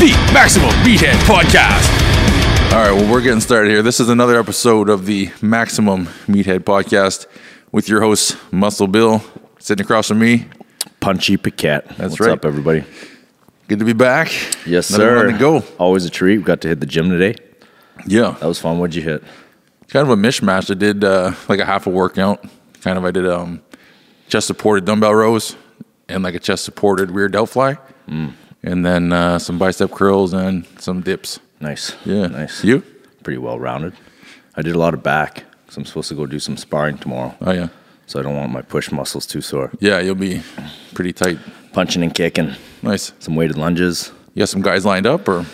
the Maximum Meathead Podcast. All right, well, we're getting started here. This is another episode of the Maximum Meathead Podcast with your host, Muscle Bill, sitting across from me. Punchy Paquette. That's What's right. up, everybody? Good to be back. Yes, Another sir. one to go. Always a treat. We got to hit the gym today. Yeah, That was fun. What'd you hit? kind of a mishmash. I did uh, like a half a workout. Kind of, I did um, chest supported dumbbell rows and like a chest supported rear delt fly, Mm. and then uh, some bicep curls and some dips. Nice. Yeah, Nice. You? Pretty well rounded. I did a lot of back because I'm supposed to go do some sparring tomorrow. Oh yeah, So I don't want my push muscles too sore. yeah. You'll be pretty tight. Punching and kicking. Nice. Some weighted lunges. You got some guys lined up, or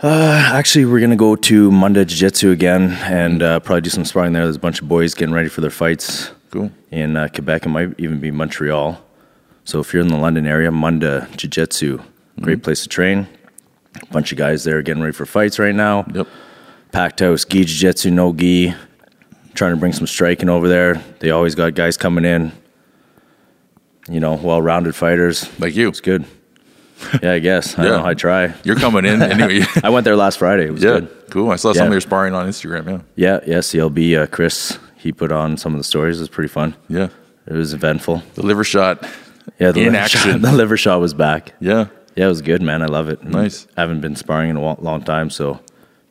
Uh, Actually, we're gonna go to Munda Jiu Jitsu again and uh, probably do some sparring there. There's a bunch of boys getting ready for their fights cool. in uh, Quebec. It might even be Montreal. So if you're in the London area, Munda Jiu Jitsu, Mm-hmm. great place to train. bunch of guys there getting ready for fights right now. Yep. Packed house, gi jiu jitsu, no gi. Trying to bring some striking over there. They always got guys coming in. You know, well-rounded fighters. Like you. It's good. Yeah, I guess. I Yeah. don't know. I try. You're coming in anyway. I went there last Friday. It was Yeah, good. cool. I saw some of Yeah. your sparring on Instagram. Yeah, yeah, CLB uh, Chris, he put on some of the stories. It was pretty fun. Yeah, yeah. It was eventful. The liver shot. Yeah, the In liver action. shot, the liver shot was back. Yeah, Yeah, it was good, man. I love it. And Nice. I haven't been sparring in a wa- long time, so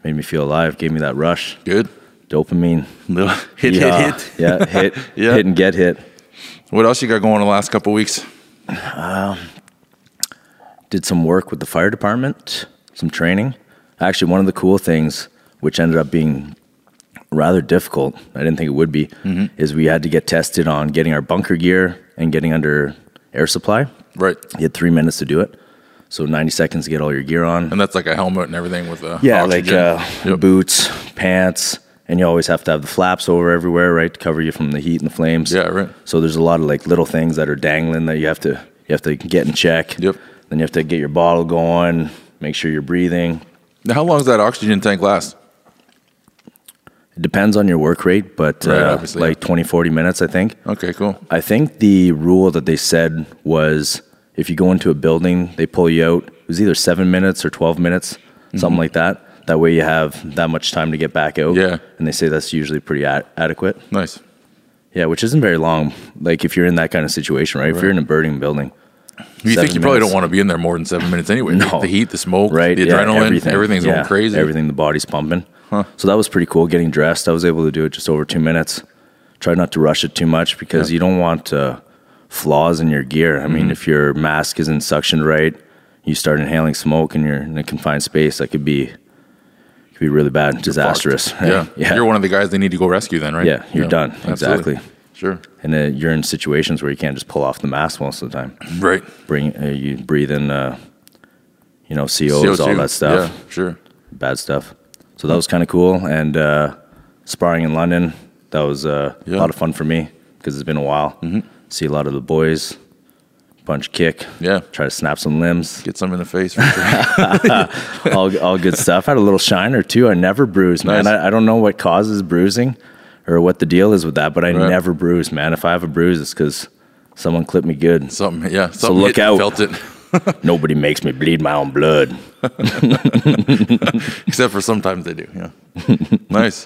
made me feel alive. Gave me that rush, good. dopamine. Little hit, Yeah, hit, hit. Yeah, hit, Yeah. hit, and get hit. What else you got going the last couple weeks? Did some work with the fire department, some training. Actually, one of the cool things, which ended up being rather difficult, I didn't think it would be, Mm-hmm. is we had to get tested on getting our bunker gear and getting under air supply. Right, You had three minutes to do it. So 90 seconds to get all your gear on. and that's like a helmet and everything with uh, Yeah, oxygen. like uh, Yep. boots, pants, and you always have to have the flaps over everywhere, right, to cover you from the heat and the flames. Yeah, right. So there's a lot of like little things that are dangling that you have to you have to get in check. Yep. Then you have to get your bottle going, make sure you're breathing. Now, how long does that oxygen tank last? It depends on your work rate, but Right, uh, obviously, like 20, 40 minutes, I think. Okay, cool. I think the rule that they said was if you go into a building, they pull you out. It was either seven minutes or 12 minutes, something like that. That way you have that much time to get back out. Yeah. And they say that's usually pretty ad- adequate. Nice. Yeah, which isn't very long. Like if you're in that kind of situation, right? If you're in a burning building, You Seven think you probably don't minutes. want to be in there more than seven minutes anyway. No. The heat, the smoke, right? the Yeah, adrenaline, everything's Yeah, going crazy. Everything, the body's pumping. Huh. So that was pretty cool. Getting dressed, I was able to do it just over two minutes. Try not to rush it too much because Yeah. Mm-hmm. you don't want uh, flaws in your gear. I mean, if your mask isn't suctioned right, you start inhaling smoke and you're in a confined space, that could be could be really bad, disastrous. right? Yeah. yeah, you're one of the guys they need to go rescue then, right? Yeah, you're done. Exactly. Sure. and uh, you're in situations where you can't just pull off the mask most of the time. Right. Bring uh, you breathe in, uh, you know, COs, all CO2. that stuff. Yeah, sure. bad stuff. So that was kind of cool. And uh, sparring in London, that was uh, Yeah. Mm-hmm. a lot of fun for me because it's been a while. See a lot of the boys, punch, kick, Yeah. try to snap some limbs, Get some in the face for sure. all, all good stuff. Had a little shine or two. I never bruise, man. Nice. I, I don't know what causes bruising or what the deal is with that, but I Right. never bruise, man. If I have a bruise, it's because someone clipped me good. Something, yeah. Something look hit and out. Felt it, Nobody makes me bleed my own blood. except for sometimes they do. Yeah. nice.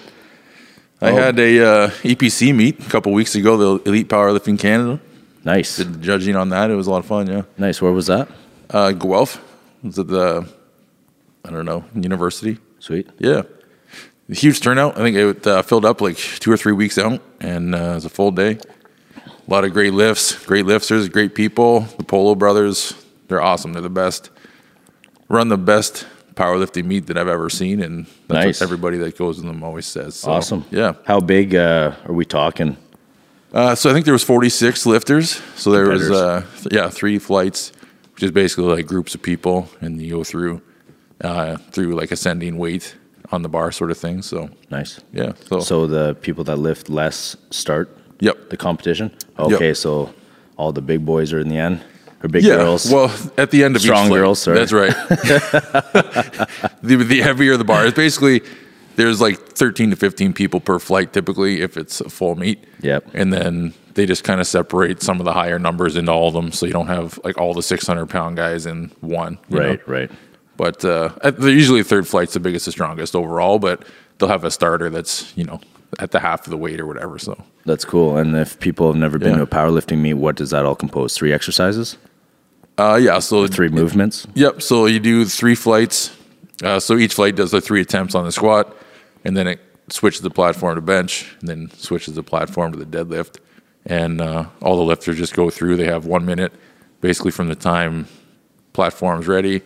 Oh. I had a uh, EPC meet a couple weeks ago. The Elite Powerlifting Canada Nice. did the judging on that. It was a lot of fun. Yeah. nice. Where was that? Uh, Guelph was at the I don't know university. Sweet. Yeah. Huge turnout. I think it uh, filled up like two or three weeks out, and uh, it was a full day. A lot of great lifts, great lifters, great people. The Polo brothers, they're awesome. They're the best. Run the best powerlifting meet that I've ever seen, and that's Nice. what everybody that goes in them always says. So, Awesome. Yeah. How big uh, are we talking? Uh, so I think there was 46 lifters. So there was, uh, Competitors. th- yeah, three flights, which is basically like groups of people, and you go through, uh, through like ascending weight on the bar sort of thing. So Nice. yeah. So the people that lift less start yep. the competition. Yep. Okay, so all the big boys are in the end, or big Yeah. girls. Well, at the end of each Strong flight. girls, sorry. That's right. the, the heavier the bar is basically there's like 13 to 15 people per flight typically if it's a full meet. Yep. And then they just kind of separate some of the higher numbers into all of them, so you don't have like all the 600 pound guys in one. you know? right, right. But uh, at- they're usually third flight's the biggest, the strongest overall. But they'll have a starter that's you know at the half of the weight or whatever. So That's cool. And if people have never been Yeah. to a powerlifting meet, what does that all compose? Three exercises, uh, yeah, so three movements. Yep. So you do three flights. Uh, so each flight does the three attempts on the squat, and then it switches the platform to bench, and then switches the platform to the deadlift. And uh, all the lifters just go through. They have one minute, basically from the time platform's ready,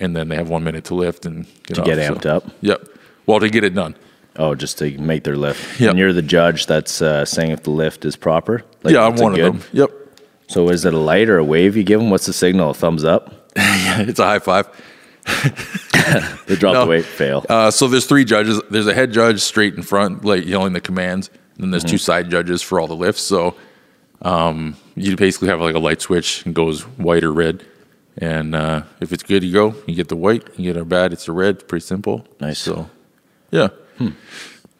and then they have one minute to lift and get To get off, amped up? Yep. Well, to get it done. Oh, just to make their lift. Yep. And you're the judge that's uh, saying if the lift is proper. Like, yeah, I'm is it one good? of them. Yep. So is it a light or a wave you give them? What's the signal? A thumbs up? It's a high five. They drop No. the weight, fail. Uh, so there's three judges. There's a head judge straight in front, like yelling the commands, and then there's two Mm-hmm. side judges for all the lifts. So um, you basically have like a light switch and goes white or red. And uh, if it's good, you go. You get the white. You get a bad, it's a red. It's pretty simple. Nice. So yeah.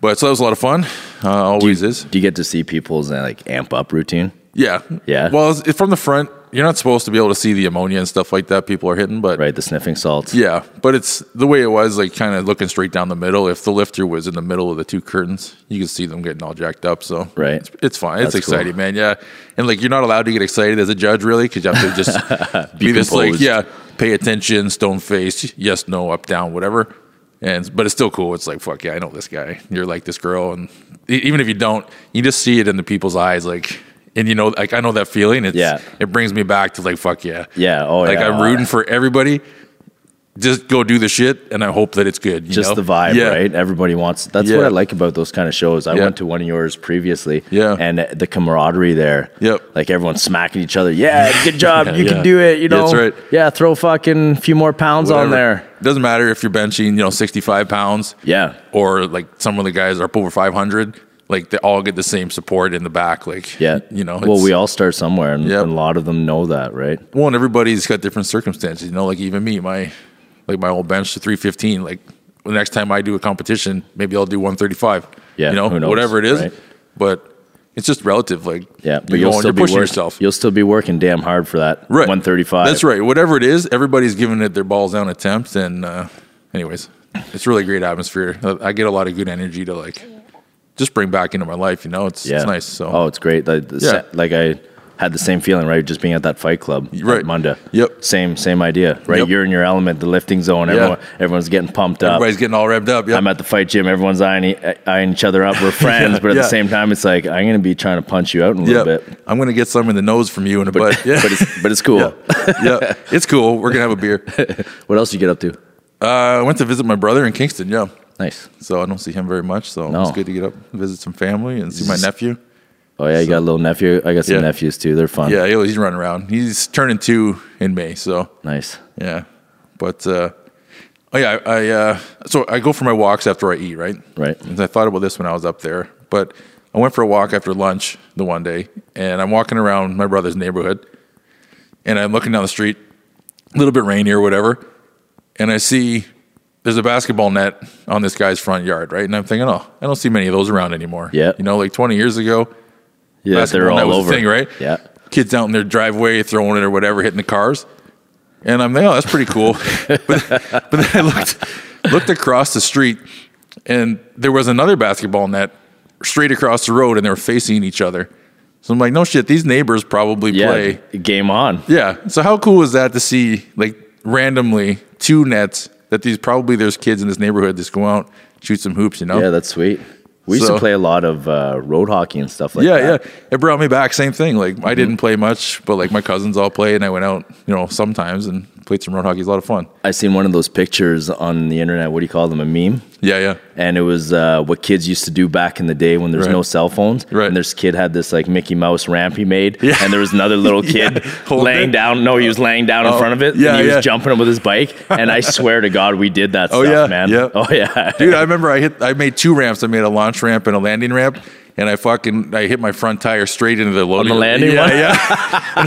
But so that was a lot of fun. Uh, always is. Hmm. Do you get to see people's uh, like amp up routine? Yeah. Yeah. Well, it's, it's from the front. You're not supposed to be able to see the ammonia and stuff like that people are hitting, but Right, the sniffing salts. Yeah, but it's the way it was, like kind of looking straight down the middle. If the lifter was in the middle of the two curtains, you could see them getting all jacked up. So Right. it's, it's fine. It's That's cool. exciting, man. Yeah, and like you're not allowed to get excited as a judge, really, because you have to just be, this like, composed. yeah, pay attention, stone face, yes, no, up, down, whatever. And but it's still cool. It's like fuck yeah, I know this guy. You're like this girl, and e- even if you don't, you just see it in the people's eyes, like. And you know, like I know that feeling. It's, Yeah. it brings me back to like fuck yeah, Yeah, oh, like yeah. I'm rooting for everybody just go do the shit and I hope that it's good. you Just know? the vibe, Yeah. right? Everybody wants. That's Yeah. what I like about those kind of shows. I Yeah. went to one of yours previously, Yeah. and the camaraderie there. Yep. like everyone's smacking each other. Yeah, good job, you yeah. can do it. You know, That's right. Yeah, throw fucking few more pounds on Whatever. there. Doesn't matter if you're benching, you know, 65 pounds. Yeah. Or like some of the guys are up over 500. Like they all get the same support in the back. Like, Yeah, you know, Well, it's- we all start somewhere, and, Yep. and a lot of them know that, right? well, and everybody's got different circumstances. You know, like even me, my, like my old bench to 315. Like the next time I do a competition, maybe I'll do 135. Yeah, You know, who knows, whatever it is. right? But it's just relative. Like, Yeah, you go and you're pushing work- yourself. You'll still be working damn hard for that. right. one thirty-five. That's right. Whatever it is, everybody's giving it their balls down attempts. And, uh, anyways, it's really great atmosphere. Uh, I get a lot of good energy to like just bring back into my life. You know, it's, it's nice. So, oh, it's great. Like, the Yeah. se- like I had the same feeling, right? Just being at that fight club, at Right. Munda. Yep. Same, same idea, right? Yep. You're in your element, the lifting zone. Everyone, everyone's getting pumped up. everybody's getting all revved up. Yep. I'm at the fight gym. Everyone's eyeing, e- eyeing each other up. We're friends, but at yeah. the same time, it's like I'm gonna be trying to punch you out in a Yep. little bit. I'm going to get some in the nose from you in a But, butt. Yeah. but it's but it's cool. yeah. It's cool. We're going to have a beer. What else you get up to? Uh, I went to visit my brother in Kingston. Yeah. Nice. So I don't see him very much. So No. it's good to get up, and visit some family and see my Just- nephew. Oh yeah, you got a little nephew. I got some Yeah. nephews too. They're fun. Yeah. he- He's running around. He's turning two in May. So Nice. Yeah. But uh oh yeah, I, I uh so I go for my walks after I eat, right? Right. And I thought about this when I was up there. But I went for a walk after lunch the one day and I'm walking around my brother's neighborhood and I'm looking down the street, a little bit rainy or whatever, and I see there's a basketball net on this guy's front yard, right? And I'm thinking, oh, I don't see many of those around anymore. Yeah. You know, like 20 years ago, Yeah, they're basketball all net was the over. thing, right? Yeah. Kids out in their driveway throwing it or whatever, hitting the cars. And I'm like, oh, that's pretty cool. but, but then I looked looked across the street, and there was another basketball net straight across the road, and they were facing each other. So I'm like, no shit, these neighbors probably Yeah. play. Game on. Yeah. So how cool is that to see like randomly two nets that these probably there's kids in this neighborhood just go out shoot some hoops, you know? Yeah, that's sweet. We used So- to play a lot of uh, road hockey and stuff like yeah, that. yeah. It brought me back. Same thing. Like I didn't play much, but like my cousins all play, and I went out, you know, sometimes and played some road hockey. It's a lot of fun. I seen one of those pictures on the internet. What do you call them? A meme? Yeah, yeah. And it was uh, what kids used to do back in the day when there's Right. no cell phones. Right. And this kid had this like Mickey Mouse ramp he made, and there was another little kid Holding laying it. down. No, he was laying down in Oh, front of it. yeah, and he yeah. was jumping it with his bike. And I swear to God, we did that Oh, stuff, yeah, man. yeah. Oh yeah, Dude, I remember I hit. I made two ramps. I made a launch ramp and a landing ramp, and I fucking I hit my front tire straight into the loading. landing yeah, one?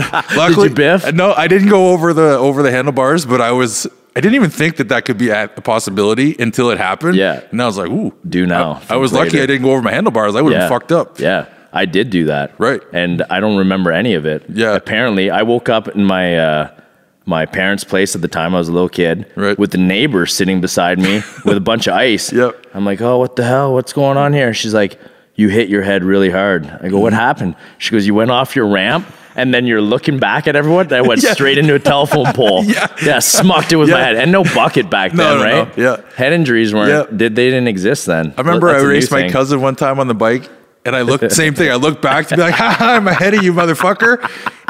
yeah. Luckily, biff? No, I didn't go over the over the handlebars, but I was. I didn't even think that that could be a a possibility until it happened. Yeah. and I was like, "Ooh, Do now. I, I was lucky Later. I didn't go over my handlebars. I would have Yeah. been fucked up. Yeah. I did do that. Right. And I don't remember any of it. Yeah. Apparently, I woke up in my uh, my parents' place at the time I was a little kid Right. with the neighbor sitting beside me with a bunch of ice. Yep. I'm like, oh, what the hell? What's going on here? She's like, you hit your head really hard. I go, what happened? She goes, you went off your ramp. And then you're looking back at everyone. And I went Yeah. straight into a telephone pole. Yeah. smocked it with my Yeah. head, and no bucket back No, then, no, no. right? Yeah. head injuries weren't Yeah. did they didn't exist then. I remember I raced my cousin one time on the bike, and I looked same thing. I looked back to be like, "Ha ha, I'm ahead of you, motherfucker!"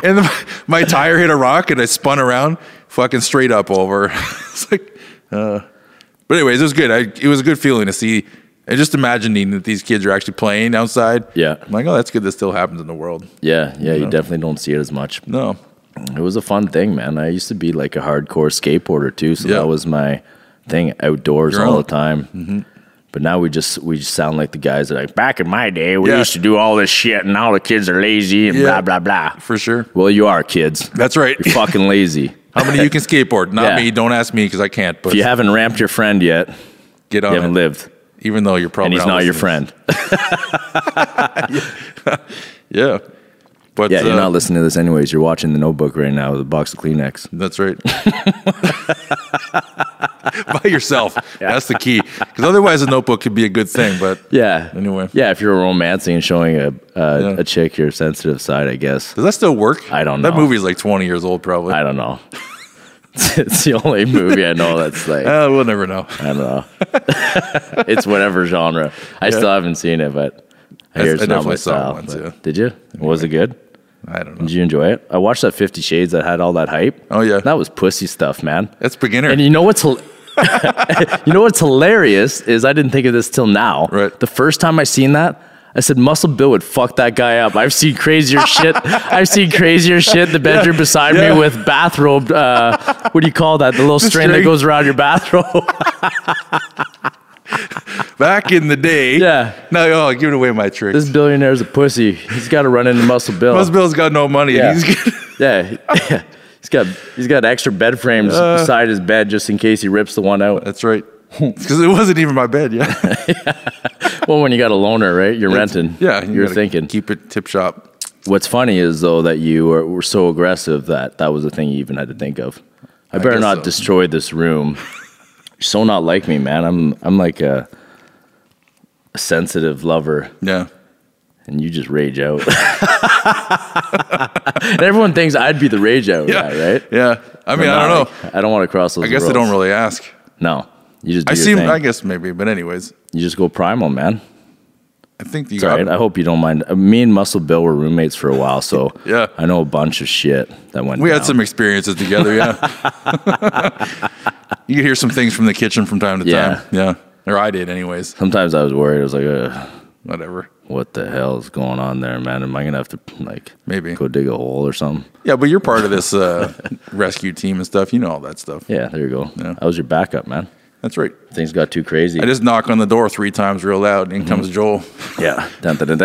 And the, my tire hit a rock, and I spun around, fucking straight up over. it's like, uh, but anyways, it was good. I, it was a good feeling to see, and just imagining that these kids are actually playing outside. Yeah. I'm like, oh, that's good. That still happens in the world. Yeah, yeah, you definitely don't see it as much. No, It was a fun thing, man. I used to be like a hardcore skateboarder too, so Yeah. that was my thing outdoors Your all own. Mm-hmm. the time. But now we just we just sound like the guys that are like back in my day we Yeah. used to do all this shit and all the kids are lazy and Yeah. blah blah blah. for sure. Well, you are kids. That's right. You're fucking lazy. How many you can skateboard? Not Yeah. me. Don't ask me because I can't. But If you haven't ramped your friend yet, you get on. haven't it. lived, Even though you're probably and he's not your listening. friend. Yeah. But Yeah, you're uh, not listening to this anyways. You're watching the Notebook right now with a box of Kleenex. That's right. By yourself. That's the key. Because otherwise, a notebook could be a good thing. But Yeah. Anyway. Yeah, if you're romancing and showing a a, Yeah. a chick your sensitive side, I guess. does that still work? I don't That know. movie's like 20 years old, probably. I don't know. it's the only movie I know that's like I Uh, we'll never know. don't know. it's whatever genre. I still haven't seen it, but I hear I it's not my definitely saw it style. once, but- yeah. Did you? Was it good? I don't know. Did you enjoy it? I watched that Fifty Shades that had all that hype. Oh, yeah. that was pussy stuff, man. That's beginner. And you know what's hil- you know what's hilarious is I didn't think of this till now. Right. The first time I seen that, I said Muscle Bill would fuck that guy up. I've seen crazier shit. I've seen crazier shit. in The bedroom beside Yeah. me with bathrobe. Uh, what do you call that? The little string, string. that goes around your bathrobe. Back in the day. Yeah. No, oh, giving away my trick. this billionaire's a pussy. He's got to run into Muscle Bill. Most Bill's got no money. Yeah. And he's good. yeah. yeah. He's got he's got extra bed frames Uh. beside his bed just in case he rips the one out. That's right. Because it wasn't even my bed. Yeah. Well, when you got a loaner, right? You're renting. Yeah. you you're gotta thinking. Keep it tip shop. What's funny is though that you were, were so aggressive that that was the thing you even had to think of. I better guess not so. destroy this room. You're so not like me, man. I'm I'm like a, a sensitive lover, Yeah. and you just rage out. and everyone thinks I'd be the rage out Yeah. guy, right? Yeah. I mean, I don't know. know. I don't want to cross those. I guess they don't really ask. No, you just. Do I your seem, thing. I guess maybe. But, anyways, you just go primal, man. I think you It's got all right. I hope you don't mind. Uh, Me and Muscle Bill were roommates for a while, so Yeah. I know a bunch of shit that went. We down. had some experiences together, yeah. you could hear some things from the kitchen from time to Yeah. time. Yeah. Or I did, anyways. Sometimes I was worried. I was like, Ugh, Whatever. "What the hell is going on there, man? Am I gonna have to like Maybe. go dig a hole or something?" Yeah, but you're part of this uh, rescue team and stuff. You know all that stuff. Yeah, there you go. I was your backup, man. That's right. Things got too crazy. I just knock on the door three times real loud. In Mm-hmm. comes Joel. yeah, dun, dun, dun,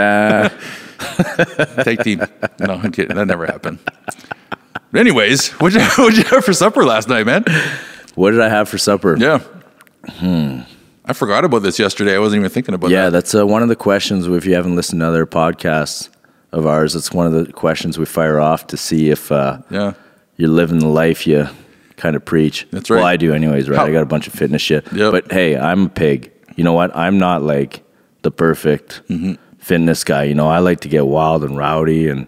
dun. Take team. No, I'm kidding. That never happened. But anyways, what'd you, what'd you have for supper last night, man? what did I have for supper? Yeah. Hmm. I forgot about this yesterday. I wasn't even thinking about Yeah, that. that's uh, one of the questions. If you haven't listened to other podcasts of ours, it's one of the questions we fire off to see if uh, Yeah. you're living the life you kind of preach. That's right. Well, I do, anyways, right? How- I got a bunch of fitness shit. Yep. But hey, I'm a pig. You know what? I'm not like the perfect Mm-hmm. fitness guy. You know, I like to get wild and rowdy and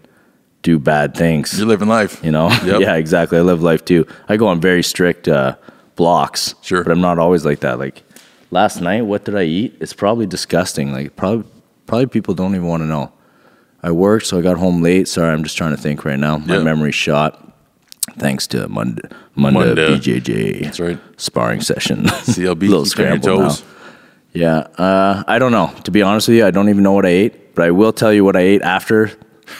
do bad things. You're living life. you know? Yep. yeah, exactly. I live life too. I go on very strict uh, blocks. Sure. But I'm not always like that. Like last night, what did I eat? It's probably disgusting. Like probably, probably people don't even want to know. I worked, so I got home late. Sorry, I'm just trying to think right now. My Yeah. memory's shot. Thanks to Monday, Monday, Munda. BJJ. That's right. Sparring session. CLB. Little keep on your scramble now. toes. Yeah, uh, I don't know. To be honest with you, I don't even know what I ate, but I will tell you what I ate after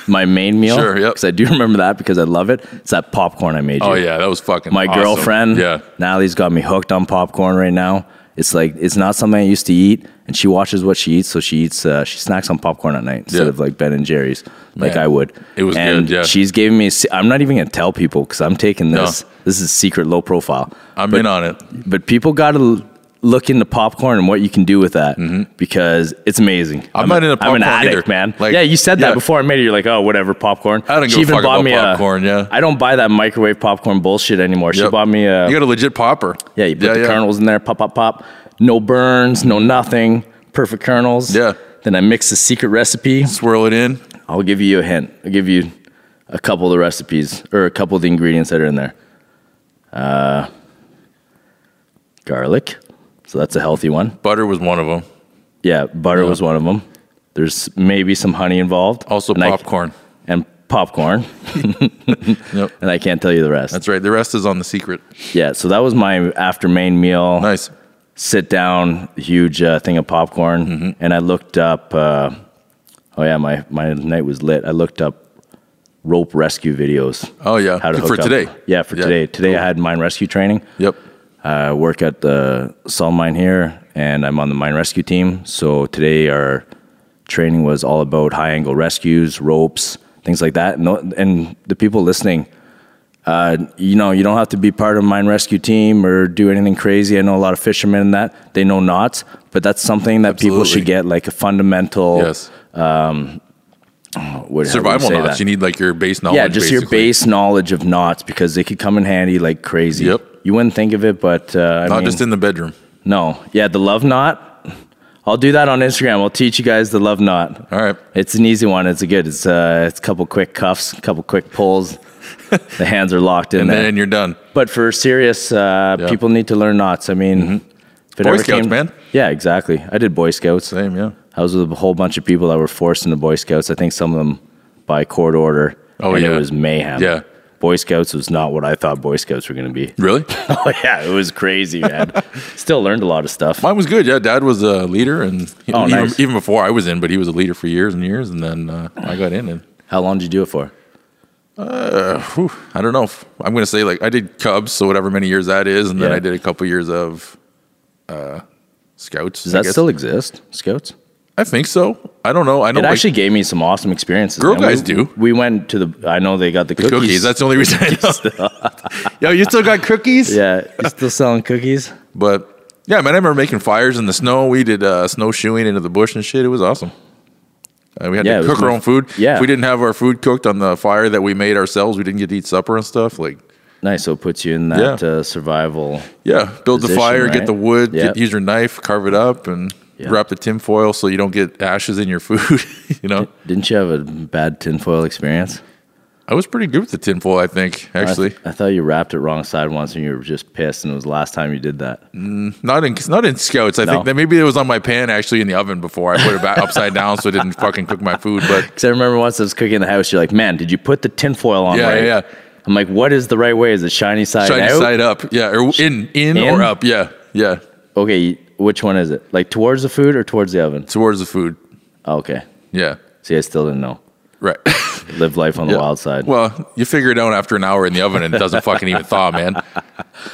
my main meal. Sure, yep. Because I do remember that because I love it. It's that popcorn I made you. Oh yeah, that was fucking. My awesome. girlfriend, Yeah, Natalie's got me hooked on popcorn right now. It's like it's not something I used to eat, and she watches what she eats, so she eats uh, she snacks on popcorn at night instead Yeah. of like Ben and Jerry's, like Man, I would. it was and good, yeah. she's giving me. a se- I'm not even gonna tell people because I'm taking No. Uh, this. This is secret, low profile. I'm in on it. But people got to look into popcorn and what you can do with that because it's amazing. Mm-hmm. I'm not into I'm an popcorn addict, either. man. Like- yeah, you said yeah. that before I made it. You're like, oh, whatever, popcorn. I don't give she a even fuck bought about me popcorn, A, yeah. I don't buy that microwave popcorn bullshit anymore. She Yep. bought me a you got a legit popper. yeah. You put the kernels in there, pop, pop, pop. No burns, no nothing. Perfect kernels. Yeah. Then I mix the secret recipe. Swirl it in. I'll give you a hint. I'll give you a couple of the recipes or a couple of the ingredients that are in there. Uh, garlic. So that's a healthy one. Butter was one of them. Yeah, butter was one of them. There's maybe some honey involved. Also And I- popcorn. and popcorn. Yep. And I can't tell you the rest. That's right. The rest is on the secret. yeah, so that was my after main meal. Nice. sit down, huge uh, thing of popcorn, Mm-hmm. and I looked up. Uh, oh yeah, my my night was lit. I looked up rope rescue videos. Oh, yeah. For up. today. Yeah, for Yeah. today. Today I had mine rescue training. Yep. I work at the salt mine here, and I'm on the mine rescue team. So today our training was all about high angle rescues, ropes, things like that. And, tho- and the people listening, uh, you know, you don't have to be part of mine rescue team or do anything crazy. I know a lot of fishermen and that they know knots, but that's something that people Absolutely. should get like a fundamental Yes. what- how do you Survival say knots. that? You need like your base knowledge. yeah, just your basically. base knowledge of knots because they could come in handy like crazy. Yep. You wouldn't think of it, but uh, I Not mean, just in the bedroom. No. Yeah, the love knot. I'll do that on Instagram. I'll teach you guys the love knot. All right. It's an easy one. It's a good. It's uh, it's a couple quick cuffs, a couple quick pulls. the hands are locked in And there. then you're done. but for serious, uh, Yeah. Mm-hmm. people need to learn knots. I mean, if it Boy Scouts, man. Yeah, exactly. I did Boy Scouts. Same, yeah. I was with a whole bunch of people that were forced into Boy Scouts. I think some of them by court order. Oh, and yeah. It was mayhem. Yeah. Boy Scouts was not what I thought Boy Scouts were going to be. Really? oh yeah, it was crazy, man. Still learned a lot of stuff. Mine was good. Yeah, Dad was a leader, and Oh, even, nice. even before I was in, but he was a leader for years and years, and then uh, I got in, and How long did you do it for? whew, I don't know. If, I'm going to say like I did Cubs, so whatever many years that is, and then Yeah. I did a couple years of uh, Scouts. Does I that guess. Oh, still exist? Scouts? I think so. I don't know. I know It like, actually gave me some awesome experiences. Girl man. guys we, do. We went to the. I know they got the, cookies. That's the only reason. I know. Yo, you still got cookies? yeah. You still selling cookies? But yeah, man, I remember making fires in the snow. We did uh, snowshoeing into the bush and shit. It was awesome. Uh, we had Yeah, it to was cook our my- own food. yeah. If we didn't have our food cooked on the fire that we made ourselves, we didn't get to eat supper and stuff. Like, Nice. So it puts you in that Yeah. uh, survival. yeah, build the Position, fire, right? get the wood, Yeah. get, use your knife, carve it up, and Yeah. wrap the tinfoil so you don't get ashes in your food. you know, Didn't you have a bad tinfoil experience? I was pretty good with the tinfoil, I think, actually. I, I thought you wrapped it wrong side once and you were just pissed, and it was the last time you did that. Not in not in scouts. I No. think that maybe it was on my pan actually in the oven before I put it back upside down so it didn't fucking cook my food. But Because I remember once I was cooking in the house, you're like, man, did you put the tinfoil on Yeah, right? yeah, yeah. I'm like, what is the right way? Is it shiny side Shiny out? side up, yeah, or in, in In? or up, yeah, yeah, Okay, which one is it? Like towards the food or towards the oven? towards the food, Oh, okay. yeah, See, I still didn't know. right. Live life on Yeah. the wild side. Well, you figure it out after an hour in the oven and it doesn't fucking even thaw, man.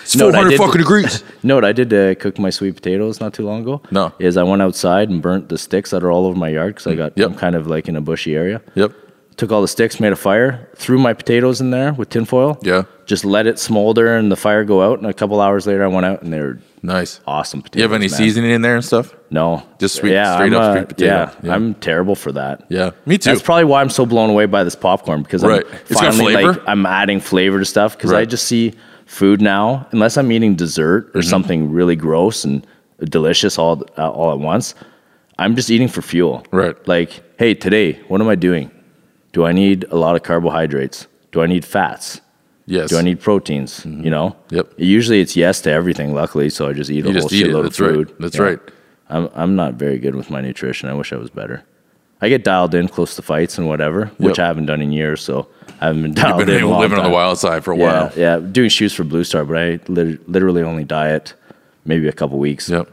It's No, four and I hundred did- fucking degrees. no, what I did to cook my sweet potatoes not too long ago. No. Mm, is I went outside and burnt the sticks that are all over my yard because I got Yep. I'm kind of like in a bushy area. Yep, Took all the sticks, made a fire, threw my potatoes in there with tinfoil. Yeah. just let it smolder and the fire go out. And a couple hours later, I went out and they were nice. awesome potatoes. You have any man. seasoning in there and stuff? No, Just sweet- Yeah, straight I'm, up uh, sweet potato. Yeah, Yeah. I'm terrible for that. Yeah, me too. That's probably why I'm so blown away by this popcorn because Right. I'm It's got finally flavor? like I'm adding flavor to stuff because I Right. just see food now unless I'm eating dessert Mm-hmm. or something really gross and delicious all uh, all at once. I'm just eating for fuel. Right. Like, hey, today, what am I doing? Do I need a lot of carbohydrates? Do I need fats? yes. Do I need proteins? You know. Mm-hmm. Yep. Usually it's yes to everything. Luckily, so I just eat a You whole just eat it. shitload of That's food. right. That's Yeah. right. I'm I'm not very good with my nutrition. I wish I was better. I get dialed in close to fights and whatever, which Yep. I haven't done in years. So I haven't been dialed Been in. a able- long living on time. the wild side for a Yeah, while. yeah. Doing shoes for Blue Star, but I lit- literally only diet maybe a couple weeks. Yep,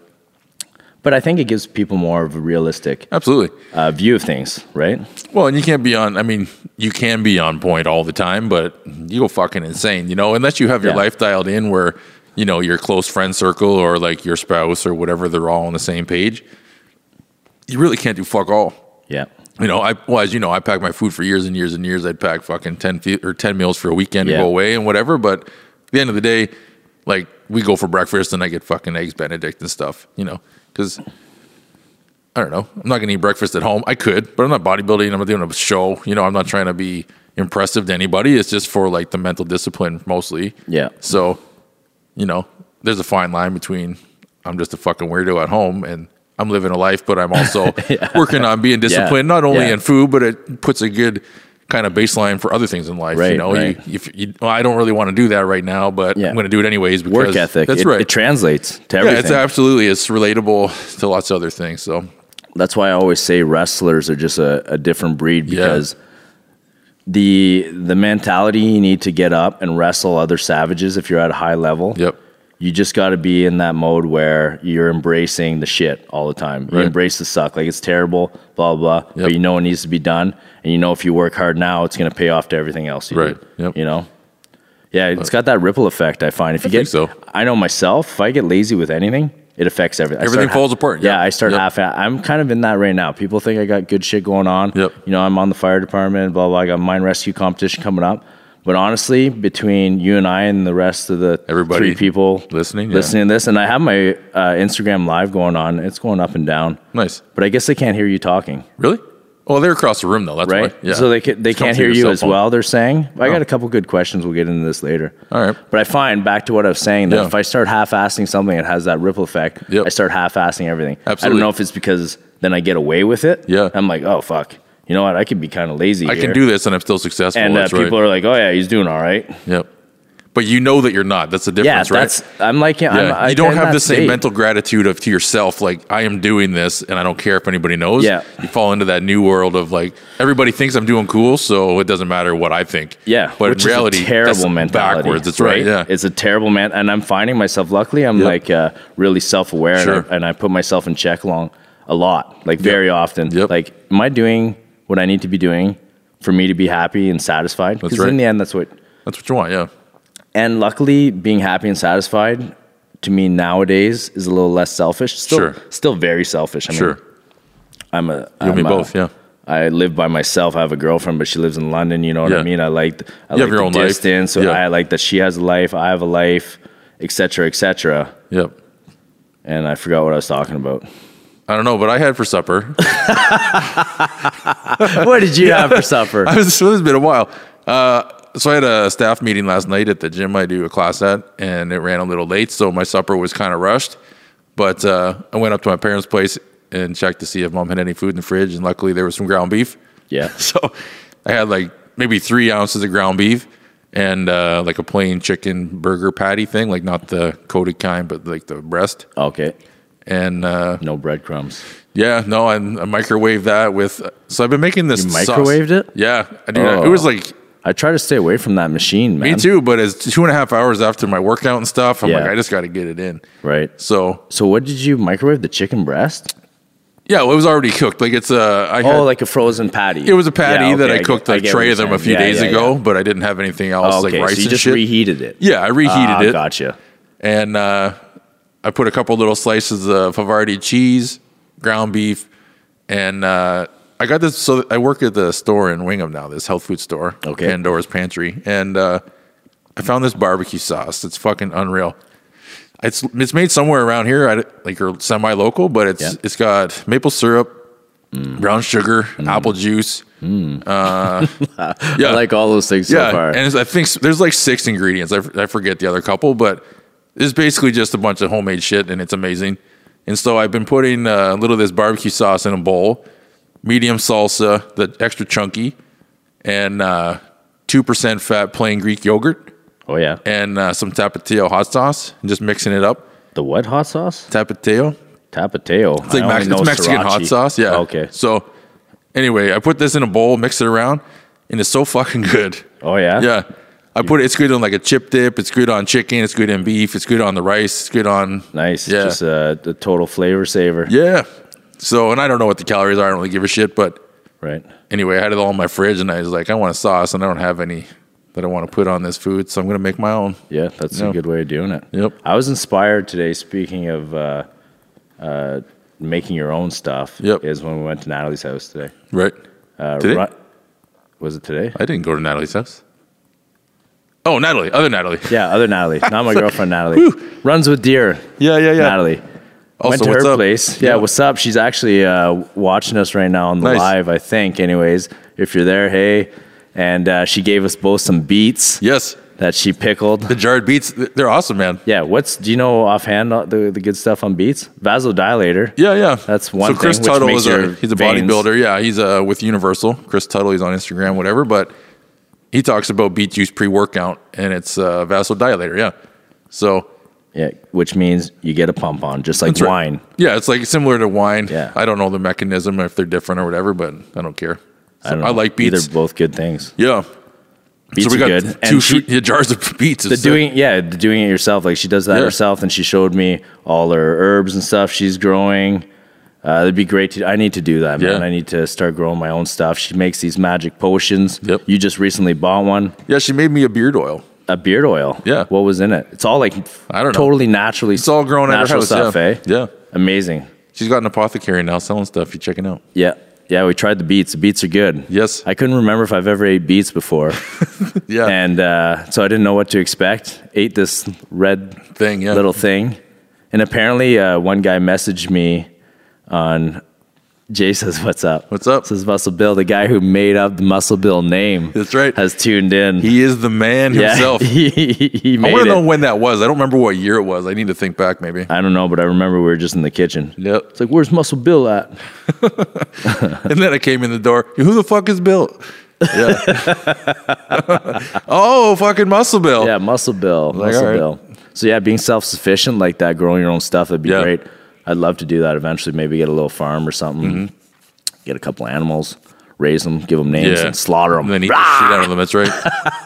But I think it gives people more of a realistic absolutely. uh, view of things, right? Well, and you can't be on. I mean, you can be on point all the time, but you go fucking insane, you know. Unless you have your Yeah. life dialed in, where you know your close friend circle or like your spouse or whatever, they're all on the same page. You really can't do fuck all. Yeah. You know, I well as you know, I packed my food for years and years and years. I'd pack fucking ten fe- or ten meals for a weekend Yeah. to go away and whatever. But at the end of the day, like we go for breakfast and I get fucking eggs Benedict and stuff, you know, because I don't know. I'm not gonna eat breakfast at home. I could, but I'm not bodybuilding. I'm not doing a show. You know, I'm not trying to be impressive to anybody. It's just for like the mental discipline mostly. Yeah. So, you know, there's a fine line between I'm just a fucking weirdo at home and I'm living a life, but I'm also working on being disciplined, not only Yeah. in food, but it puts a good kind of baseline for other things in life. you Right, know, right. you, if you, well, I don't really want to do that right now, but Yeah. I'm going to do it anyways. Because Work ethic. That's it, right. It translates to yeah, everything. it's absolutely it's relatable to lots of other things. So that's why I always say wrestlers are just a, a different breed because the the mentality you need to get up and wrestle other savages if you're at a high level. Yep. You just got to be in that mode where you're embracing the shit all the time. You Right. embrace the suck, like it's terrible, blah blah. blah, Yep. But you know it needs to be done, and you know if you work hard now, it's going to pay off to everything else. You Right. do, Yep. You know. Yeah, it's got that ripple effect. I find if you think get, so. I know myself. If I get lazy with anything, it affects everything. I Everything start ha- falls apart. Yeah, Yep. I start Yep. half. I'm kind of in that right now. People think I got good shit going on. Yep. You know, I'm on the fire department. Blah blah. I got mine rescue competition coming up. But honestly, between you and I and the rest of the Everybody three people listening, yeah. listening to this, and I have my uh, Instagram live going on. It's going up and down. nice. But I guess they can't hear you talking, Really? Well, they're across the room though. That's why. right? Yeah. So they ca- they Just come can't through hear your you cell as phone. well. They're saying. I Oh. got a couple good questions. We'll get into this later. All right. But I find back to what I was saying that Yeah. if I start half-assing something, it has that ripple effect. Yep. I start half-assing everything. I Absolutely. don't know if it's because then I get away with it. Yeah. I'm like, oh fuck, you know what? I could be kind of lazy. I can here." do this and I'm still successful. And uh, that's right. people are like, oh yeah, he's doing all right. yep. But you know that you're not. That's the Yeah, difference, right? that's. I'm like, yeah, Yeah, I'm, I you don't get in have that the same state. mental gratitude of to yourself, like I am doing this, and I don't care if anybody knows. Yeah. you fall into that new world of like everybody thinks I'm doing cool, so it doesn't matter what I think. Yeah, but which in is a reality, terrible that's mentality. backwards. That's right. Yeah, it's a terrible man, and I'm finding myself. Luckily, I'm Yep. like uh, really self aware, Sure. and, I- and I put myself in check along a lot, like very often. Yep. Like, am I doing what I need to be doing for me to be happy and satisfied? That's Because right. in the end, that's what. that's what you want. Yeah, And luckily, being happy and satisfied to me nowadays is a little less selfish. Still, Sure. still very selfish. I mean, sure. I'm a. You and me I'm a- both. Yeah, I live by myself. I have a girlfriend, but she lives in London. You know what Yeah. I mean? I like th- I You have like your the own life. distance. So Yeah. I like that she has a life. I have a life, et cetera, et cetera. yep. And I forgot what I was talking about. I don't know, but I had for supper. what did you have for supper? I was, so this has been a while. Uh, so I had a staff meeting last night at the gym I do a class at, and it ran a little late, so my supper was kind of rushed. But uh, I went up to my parents' place and checked to see if mom had any food in the fridge, and luckily there was some ground beef. Yeah. So I had like maybe three ounces of ground beef and uh, like a plain chicken burger patty thing, like not the coated kind, but like the breast. Okay. And uh, No breadcrumbs. yeah, no, and I microwave that with. So I've been making this. You sauce. microwaved it? Yeah, I do. Oh. It was like I try to stay away from that machine, man. me too, but it's two and a half hours after my workout and stuff. I'm like, Yeah. I just got to get it in. Right. So So what did you microwave? The chicken breast? yeah, well, it was already cooked. Like it's a, I had, Oh, like a frozen patty. it was a patty Yeah, that okay, I cooked get- a get tray what of them you're a few saying. Yeah, days yeah, ago, yeah. but I didn't have anything Oh, else okay. like rice so you and just shit. reheated it. yeah, I reheated Ah, it Gotcha. and uh, I put a couple little slices of Havarti cheese, ground beef, and uh, I got this. So I work at the store in Wingham now, this health food store, Okay. Pandora's Pantry, and uh, I found this barbecue sauce. It's fucking unreal. It's it's made somewhere around here, I d- like or semi local, but it's Yeah. Mm. it's got maple syrup, brown sugar, apple juice. Uh, yeah, I like all those things so far. and it's- I think s- there's like six ingredients. I, f- I forget the other couple, but it's basically just a bunch of homemade shit, and it's amazing. And so I've been putting uh, a little of this barbecue sauce in a bowl, medium salsa, the extra chunky, and uh, two percent fat plain Greek yogurt, oh yeah. and uh, some tapatio hot sauce, and just mixing it up. The what hot sauce? Tapatio, Tapateo. it's like Mex- it's Mexican hot sauce. Yeah. Oh, Okay. So anyway, I put this in a bowl, mix it around, and it's so fucking good. Oh yeah. Yeah. I put it, it's good on like a chip dip. It's good on chicken. It's good in beef. It's good on the rice. It's good on. Nice. Yeah. Just uh, the total flavor saver. Yeah. So, and I don't know what the calories are. I don't really give a shit. But Right. anyway, I had it all in my fridge and I was like, I want a sauce and I don't have any that I want to put on this food. So I'm going to make my own. Yeah, that's Yeah. a good way of doing it. Yep. I was inspired today. Speaking of uh, uh, making your own stuff, Yep. is when we went to Natalie's house today. Right. Uh, Today? Ru- was it today? I didn't go to Natalie's house. Oh, Natalie, other Natalie. Yeah, other Natalie, not my girlfriend Natalie. Runs with deer. Yeah, yeah, yeah. Natalie. Went to her place. Yeah, what's up? She's actually uh, watching us right now on the Nice. live, I think. Anyways, if you're there, hey. And uh, she gave us both some beets Yes, that she pickled. the jarred beets. th- They're awesome, man. Yeah, what's do you know offhand uh, the the good stuff on beets? Vasodilator. Yeah, yeah. That's one So Chris thing, which Tuttle makes is a your he's a veins- bodybuilder. Yeah, he's uh, with Universal. Chris Tuttle, he's on Instagram, whatever. But he talks about beet juice pre workout, and it's uh, vasodilator. Yeah, so Yeah, which means you get a pump on, just like That's right. wine. Yeah, it's like similar to wine. Yeah. I don't know the mechanism if they're different or whatever, but I don't care. So I, don't know. like beets. They're both good things. Yeah. Beets so we are got good. two and she, fruit- yeah, jars of beets. uh, the doing yeah, the doing it yourself. Like she does that Yeah. herself, and she showed me all her herbs and stuff she's growing. Uh, it'd be great to. I need to do that, man. Yeah. I need to start growing my own stuff. She makes these magic potions. Yep. You just recently bought one, Yeah, she made me a beard oil. a beard oil. Yeah. What was in it? It's all like I don't know. totally naturally. It's all grown at her natural house. stuff, yeah. eh? yeah. Amazing. She's got an apothecary now selling stuff. You check it out. Yeah. Yeah, we tried the beets. The beets are good. Yes. I couldn't remember if I've ever ate beets before. Yeah. and uh, so I didn't know what to expect. Ate this red thing. Yeah. little thing. And apparently, uh, one guy messaged me on Jay says, What's up? What's up? Says Muscle Bill, the guy who made up the Muscle Bill name. That's right. Has tuned in. He is the man himself. he, he, he I made want to it. know when that was. I don't remember what year it was. I need to think back maybe. I don't know, but I remember we were just in the kitchen. Yep. It's like, Where's Muscle Bill at? And then I came in the door. Who the fuck is Bill? Yeah. oh, fucking Muscle Bill. Yeah, muscle bill, Like, muscle all right. bill. So yeah, being self sufficient like that, growing your own stuff, that'd be Yeah. great. I'd love to do that eventually. Maybe get a little farm or something. Mm-hmm. Get a couple animals, raise them, give them names, and slaughter them. And then eat the shit out of them. That's right.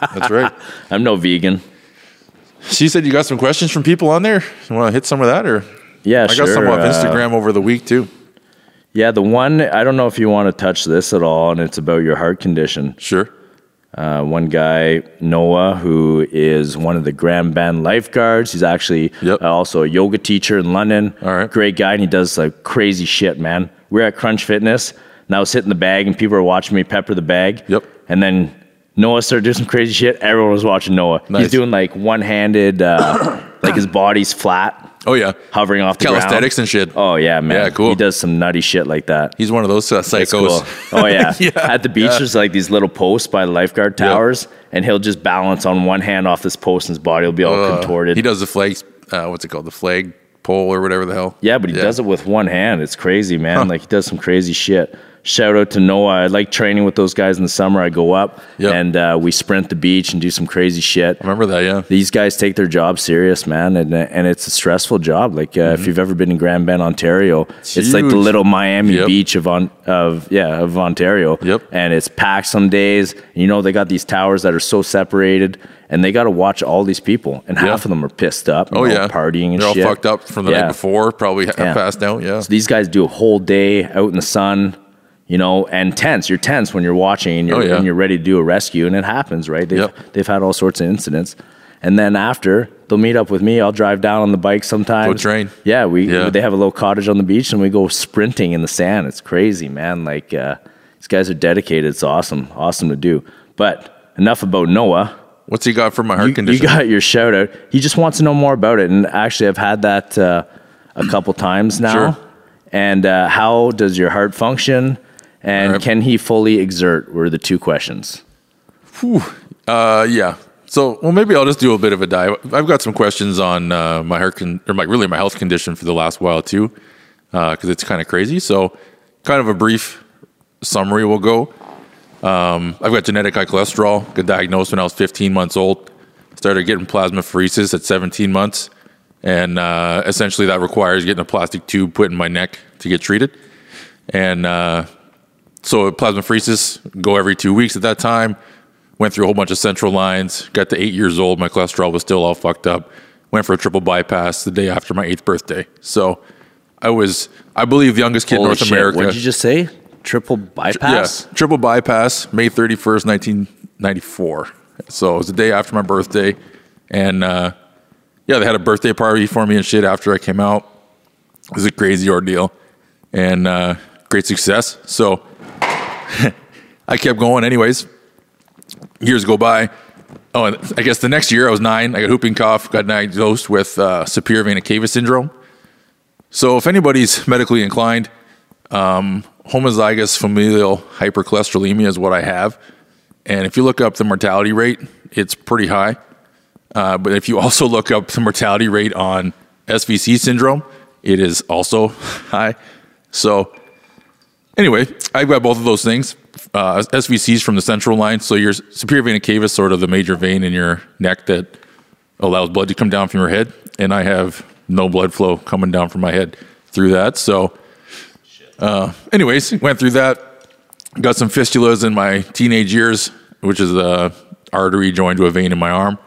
That's right. I'm no vegan. She said you got some questions from people on there. You want to hit some of that, or Yeah, I sure. got some off uh, Instagram over the week too. yeah, the one I don't know if you want to touch this at all, and it's about your heart condition. Sure. Uh, one guy, Noah, who is one of the Grand Band lifeguards. He's actually Yep. uh, also a yoga teacher in London. All right. Great guy, and he does like crazy shit, man. We are at Crunch Fitness, and I was hitting the bag, and people were watching me pepper the bag. Yep. And then Noah started doing some crazy shit. Everyone was watching Noah. Nice. He's doing like one handed, uh, like his body's flat, Oh yeah, hovering off the calisthenics ground. and shit. Oh, yeah, man. Yeah, cool. He does some nutty shit like that. He's one of those uh, It's psychos. cool. Oh yeah. Yeah. At the beach, Yeah. there's like these little posts by the lifeguard towers, and he'll just balance on one hand off this post, and his body will be all Uh, Oh, contorted. He does the flags. Uh, what's it called? The flag pole or whatever the hell. yeah, but he does it with one hand. It's crazy, man. Like he does some crazy shit. Shout out to Noah. I like training with those guys in the summer. I go up Yep. and uh, we sprint the beach and do some crazy shit. Remember that? Yeah. These guys take their job serious, man, and and it's a stressful job. Like uh, if you've ever been in Grand Bend, Ontario, it's, like the Mm-hmm. huge. little Miami Yep. Beach of on of yeah of Ontario. Yep. And it's packed some days. You know they got these towers that are so separated, and they got to watch all these people, and half of them are pissed up. Oh you know, yeah. partying and They're shit. all fucked up from the Yeah. night before. Probably ha- Yeah. passed out. Yeah. So these guys do a whole day out in the sun, you know, and tense. You're tense when you're watching and you're, Oh, yeah. and you're ready to do a rescue, and it happens, right? They've, Yep. they've had all sorts of incidents. And then after, they'll meet up with me. I'll drive down on the bike sometimes. Go train. Yeah, we Yeah. they have a little cottage on the beach, and we go sprinting in the sand. It's crazy, man. Like uh, these guys are dedicated. It's awesome, awesome to do. But enough about Noah What's he got for my heart you, you condition? got your shout out. He just wants to know more about it. And actually, I've had that uh, a couple times now. Sure. And uh, how does your heart function? And All right. can he fully exert? Were the two questions. Uh, yeah. So, well, maybe I'll just do a bit of a dive. I've got some questions on uh, my heart, con- or my really my health condition for the last while too, because it's kind of crazy. So, kind of a brief summary will go. Um, I've got genetic high cholesterol. Got diagnosed when I was 15 months old. Started getting plasmapheresis at 17 months, and uh, essentially that requires getting a plastic tube put in my neck to get treated. And uh, so plasmapheresis go every two weeks at that time went through a whole bunch of central lines got to eight years old my cholesterol was still all fucked up went for a triple bypass the day after my eighth birthday so i was i believe the youngest kid in Holy north shit, america What did you just say? Triple bypass. yeah, triple bypass, May 31st, 1994. So it was the day after my birthday. And uh, yeah, they had a birthday party for me and shit after I came out. It was a crazy ordeal and uh, great success. So I kept going, anyways. Years go by. Oh, and I guess the next year I was nine. I got whooping cough, got diagnosed with uh, severe vena cava syndrome. So, if anybody's medically inclined, um, homozygous familial hypercholesterolemia is what I have. And if you look up the mortality rate, it's pretty high. Uh, but if you also look up the mortality rate on SVC syndrome, it is also high. So, anyway, I've got both of those things. Uh, SVCs from the central line. So your superior vena cava is sort of the major vein in your neck that allows blood to come down from your head. And I have no blood flow coming down from my head through that. So, uh, anyways, went through that. Got some fistulas in my teenage years, which is the artery joined to a vein in my arm.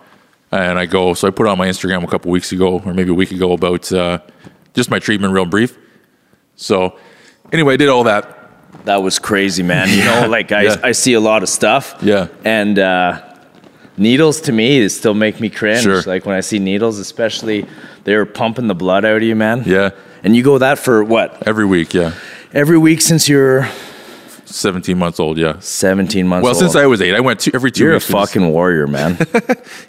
And I go, so I put on my Instagram a couple weeks ago, or maybe a week ago, about uh, just my treatment, real brief. So, anyway, I did all that. That was crazy, man. You know, like I, yeah. I see a lot of stuff. Yeah. And uh, needles to me they still make me cringe. Sure. Like when I see needles, especially they were pumping the blood out of you, man. Yeah. And you go that for what? Every week, yeah. Every week since you're 17 months old, yeah. 17 months Well, old. since I was eight, I went two, every two you're a weeks. to this- fucking warrior, man.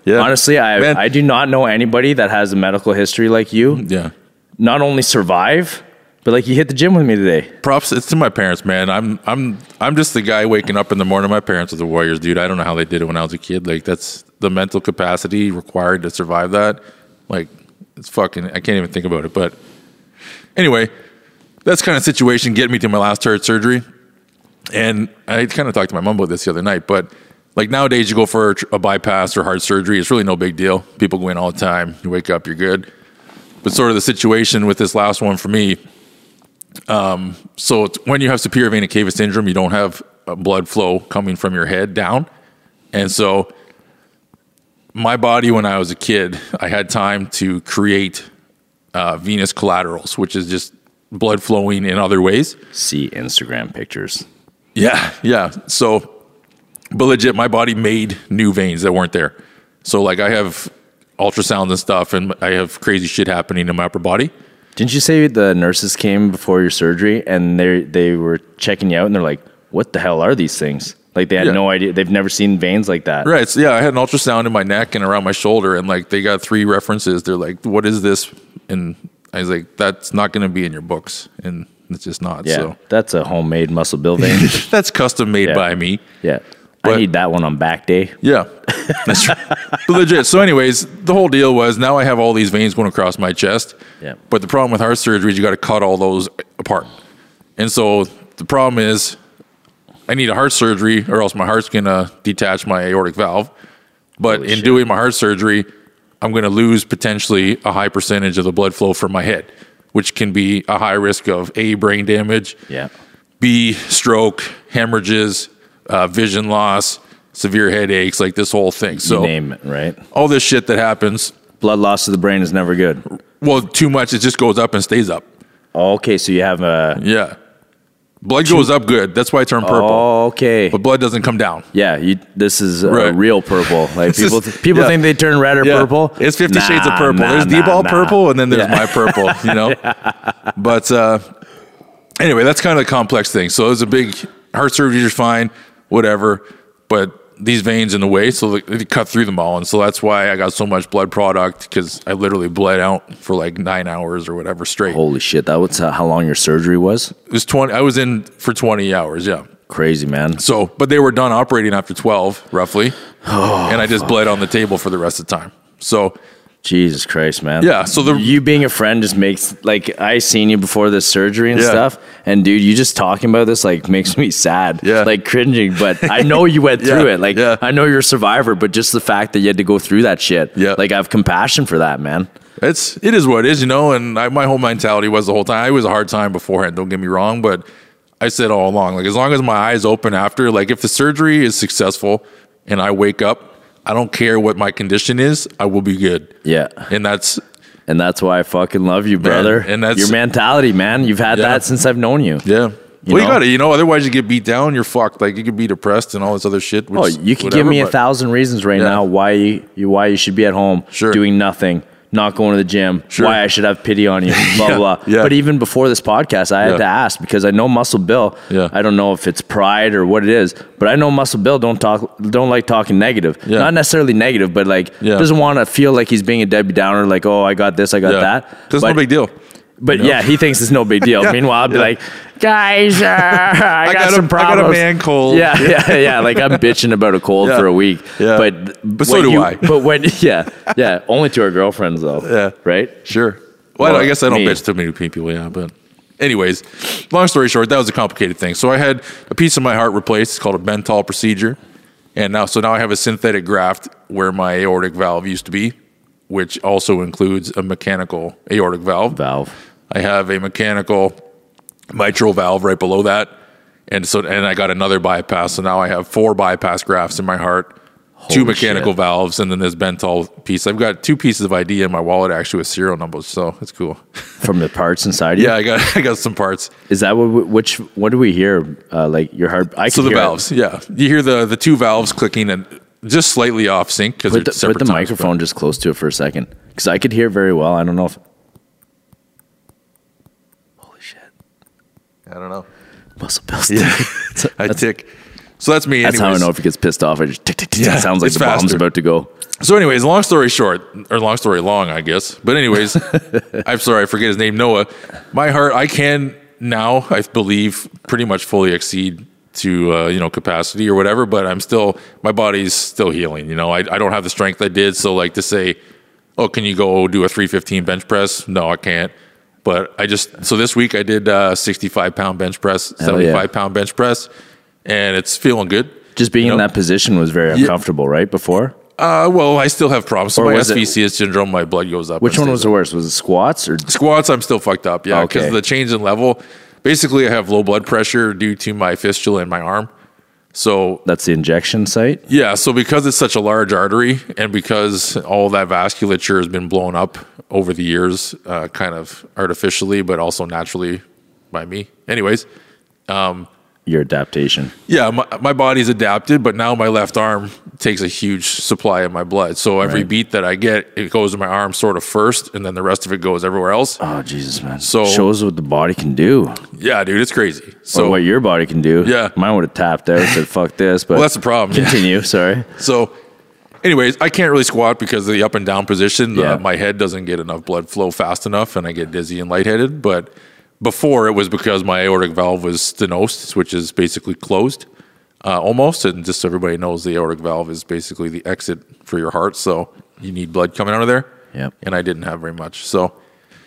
yeah. Honestly, Man. I, I do not know anybody that has a medical history like you. Yeah. Not only survive, but like you hit the gym with me today. Props it's to my parents, man. I'm I'm I'm just the guy waking up in the morning. My parents are the warriors, dude. I don't know how they did it when I was a kid. Like that's the mental capacity required to survive that. Like it's fucking I can't even think about it. But anyway, that's kind of situation get me to my last heart surgery. And I kind of talked to my mom about this the other night, but like nowadays, you go for a tr- a bypass or heart surgery, it's really no big deal. People go in all the time. You wake up, you're good. But sort of the situation with this last one for me, um, so it's, when you have superior vena cava syndrome, you don't have uh, blood flow coming from your head down, and so my body when I was a kid, I had time to create uh, venous collaterals, which is just blood flowing in other ways. See Instagram pictures. Yeah, yeah. So, but legit, my body made new veins that weren't there. So, like, I have ultrasounds and stuff, and I have crazy shit happening in my upper body. Didn't you say the nurses came before your surgery and they they were checking you out and they're like, "What the hell are these things?" Like they had Yeah. no idea. They've never seen veins like that. Right. So, yeah, I had an ultrasound in my neck and around my shoulder, and like, they got three references. They're like, "What is this?" And I was like, "That's not going to be in your books," and it's just not. Yeah, So that's a homemade muscle building. that's custom made Yeah. by me. yeah, I But- need that one on back day. Yeah, that's true. But legit. So, anyways, the whole deal was now I have all these veins going across my chest. Yeah. But the problem with heart surgery is you got to cut all those apart, and so the problem is I need a heart surgery, or else my heart's gonna detach my aortic valve. But in shit. doing my heart surgery, I'm gonna lose potentially a high percentage of the blood flow from my head, which can be a high risk of a brain damage. Yeah, B, stroke, hemorrhages, uh, vision loss, severe headaches, like this whole thing. you So, name it right. all this shit that happens, Blood loss to the brain is never good. well, too much, it just goes up and stays up. Okay, so you have a Yeah. Blood goes up good. That's why I turn purple. okay. But blood doesn't come down. Yeah, you, this is a Right. real purple. Like This people, is- people yeah. think they turn red or Yeah. purple. It's 50 shades of Nah, purple. nah, there's nah, the ball nah. purple, and then there's my purple, you know? But uh, anyway, that's kind of a complex thing. So there's a big heart surgery, you're fine, whatever. But these veins in the way, so they they cut through them all. And so that's why I got so much blood product because I literally bled out for like nine hours or whatever straight. It Holy shit! That was uh, how long your surgery was. was 20, I was in for 20 hours, yeah. Crazy man. So, but they were done operating after 12, roughly. Oh, and I just bled on the table for the rest of the time. So, Jesus Christ, man. Yeah, so the- you being a friend just makes like I seen you before this surgery and Yeah. stuff, and dude, you just talking about this like makes me sad. Yeah. like cringing. But I know you went Yeah, through it. Like yeah. I know you're a survivor, but just the fact that you had to go through that shit. Yeah. like I have compassion for that, man. It's it is what it is, you know. And I, my whole mentality was the whole time. I was a hard time beforehand. Don't get me wrong, but I said all along, like as long as my eyes open after, like if the surgery is successful and I wake up, I don't care what my condition is. I will be good. Yeah, And that's and that's why I fucking love you, brother. and that's- your mentality, man. You've had Yeah. that since I've known you. yeah. You well, you know? got it. You know, otherwise you get beat down. You're fucked. Like you could be depressed and all this other shit. Which, Oh, you could whatever, give me a but- thousand reasons right Yeah. now why you, you why you should be at home Sure. doing nothing, not going to the gym, Sure. why I should have pity on you, blah, Yeah, blah, blah. yeah. But even before this podcast, I Yeah. had to ask because I know Muscle Bill. Yeah. I don't know if it's pride or what it is, but I know Muscle Bill don't talk, don't like talking negative. Yeah. Not necessarily negative, but like Yeah. doesn't want to feel like he's being a Debbie Downer, like, oh, I got this, I got that. That's but, no big deal. But yeah, he thinks it's no big deal. Meanwhile, I'd be like, guys, uh, I, got, got a- some I got a problems. man cold. Yeah, yeah, yeah. Like I'm bitching about a cold Yeah. for a week. Yeah. But But so when do you- I. But when yeah, yeah, only to our girlfriends though. Yeah. Right. Sure. Well, Well, I guess I don't me. bitch too many people, yeah. But, anyways, long story short, that was a complicated thing. So I had a piece of my heart replaced. It's called a Bentall procedure, and now so now I have a synthetic graft where my aortic valve used to be, which also includes a mechanical aortic valve. Valve. I have a mechanical mitral valve right below that, and so and I got another bypass. So now I have four bypass grafts in my heart, two Holy mechanical shit. valves, and then this Bentall piece. I've got two pieces of ID in my wallet actually with serial numbers, so it's cool. From the parts inside you. Yeah, I got I got some parts. Is that what? we- Which? What do we hear? Uh, like your heart? I So could the hear it. valves, yeah, you hear the the two valves clicking and just slightly off sync because Put the, they're put separate. the times, but- microphone just close to it for a second, because I could hear very well. I don't know if. Holy shit! I don't know. Muscle Bill's. Yeah. I tick. So that's me. That's how I anyways. know if he gets pissed off. I just tick, tick, tick, Yeah, tick. sounds like it's the bomb's faster. about to go. So, anyways, long story short, or long story long, I guess. But, anyways, I'm sorry, I forget his name, Noah. My heart, I can now, I believe, pretty much fully exceed to uh, you know capacity or whatever. But I'm still, my body's still healing. You know, I, I don't have the strength I did. So, like to say, oh, can you go do a 315 bench press? No, I can't. But I just so this week I did uh, 65 pound bench press, Hell yeah. 75 pound bench press, and it's feeling good. Just being You in know? that position was very uncomfortable, right? Before, Uh, well, I still have problems. So Or my was it- SVCS syndrome, my blood goes up. which and one stays was the worst? Was it squats or? Squats, I'm still fucked up. Yeah, because Okay. the change in level. Basically, I have low blood pressure due to my fistula in my arm. So That's the injection site. yeah, so because it's such a large artery, and because all that vasculature has been blown up over the years, uh, kind of artificially, but also naturally by me. Anyways, Your adaptation. yeah, my, my body's adapted, but now my left arm takes a huge supply of my blood. So every Right. beat that I get, it goes in my arm sort of first, and then the rest of it goes everywhere else. Oh Jesus, man! So- shows what the body can do, Yeah, dude, it's crazy. so, So or what your body can do. Yeah. mine would have tapped out. Said fuck this, but Well, that's the problem, yeah. Continue. Sorry. So, anyways, I can't really squat because of the up and down position. Yeah. Uh, my head doesn't get enough blood flow fast enough, and I get dizzy and lightheaded. But before it was because my aortic valve was stenosed, which is basically closed uh, almost. And just so everybody knows, the aortic valve is basically the exit for your heart, so you need blood coming out of there. Yep. And I didn't have very much, so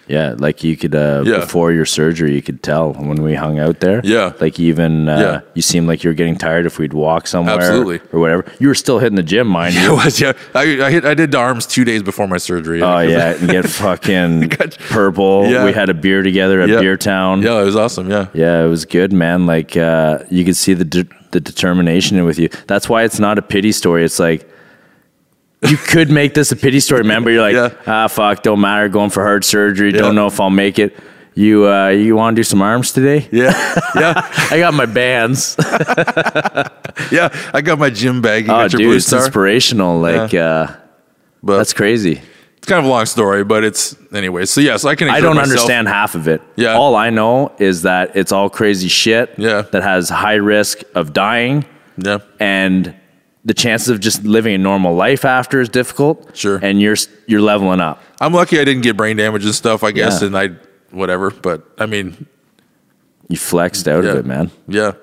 Yeah, like you could uh, Yeah. before your surgery, you could tell when we hung out there. Yeah. like even uh, Yeah. you seemed like you were getting tired if we'd walk somewhere, Absolutely. or whatever. You were still hitting the gym, mind it you. was yeah. I, I hit I did the arms two days before my surgery. Oh yeah, and get fucking purple. Yeah. We had a beer together at Yeah. Beer Town. yeah, it was awesome. Yeah, Yeah, it was good, man. Like uh, you could see the de- the determination with you. That's why it's not a pity story. It's like you could make this a pity story, man. But you're like, Yeah. ah, fuck, don't matter. Going for heart surgery. Yeah. Don't know if I'll make it. You uh, you want to do some arms today? yeah, yeah, I got my bands. yeah. I got my gym bag. You Oh, got your dude, blue it's star. Oh. inspirational. Like uh, but that's crazy. it's kind of a long story, but it's anyway. So yeah, so I can. I exert don't myself. understand half of it. Yeah. All I know is that it's all crazy shit Yeah. that has high risk of dying Yeah, and the chances of just living a normal life after is difficult. Sure. And you're s- you're leveling up. I'm lucky I didn't get brain damage and stuff. I guess, Yeah. and I whatever. But I mean, You flexed out of Yeah. it, man. yeah,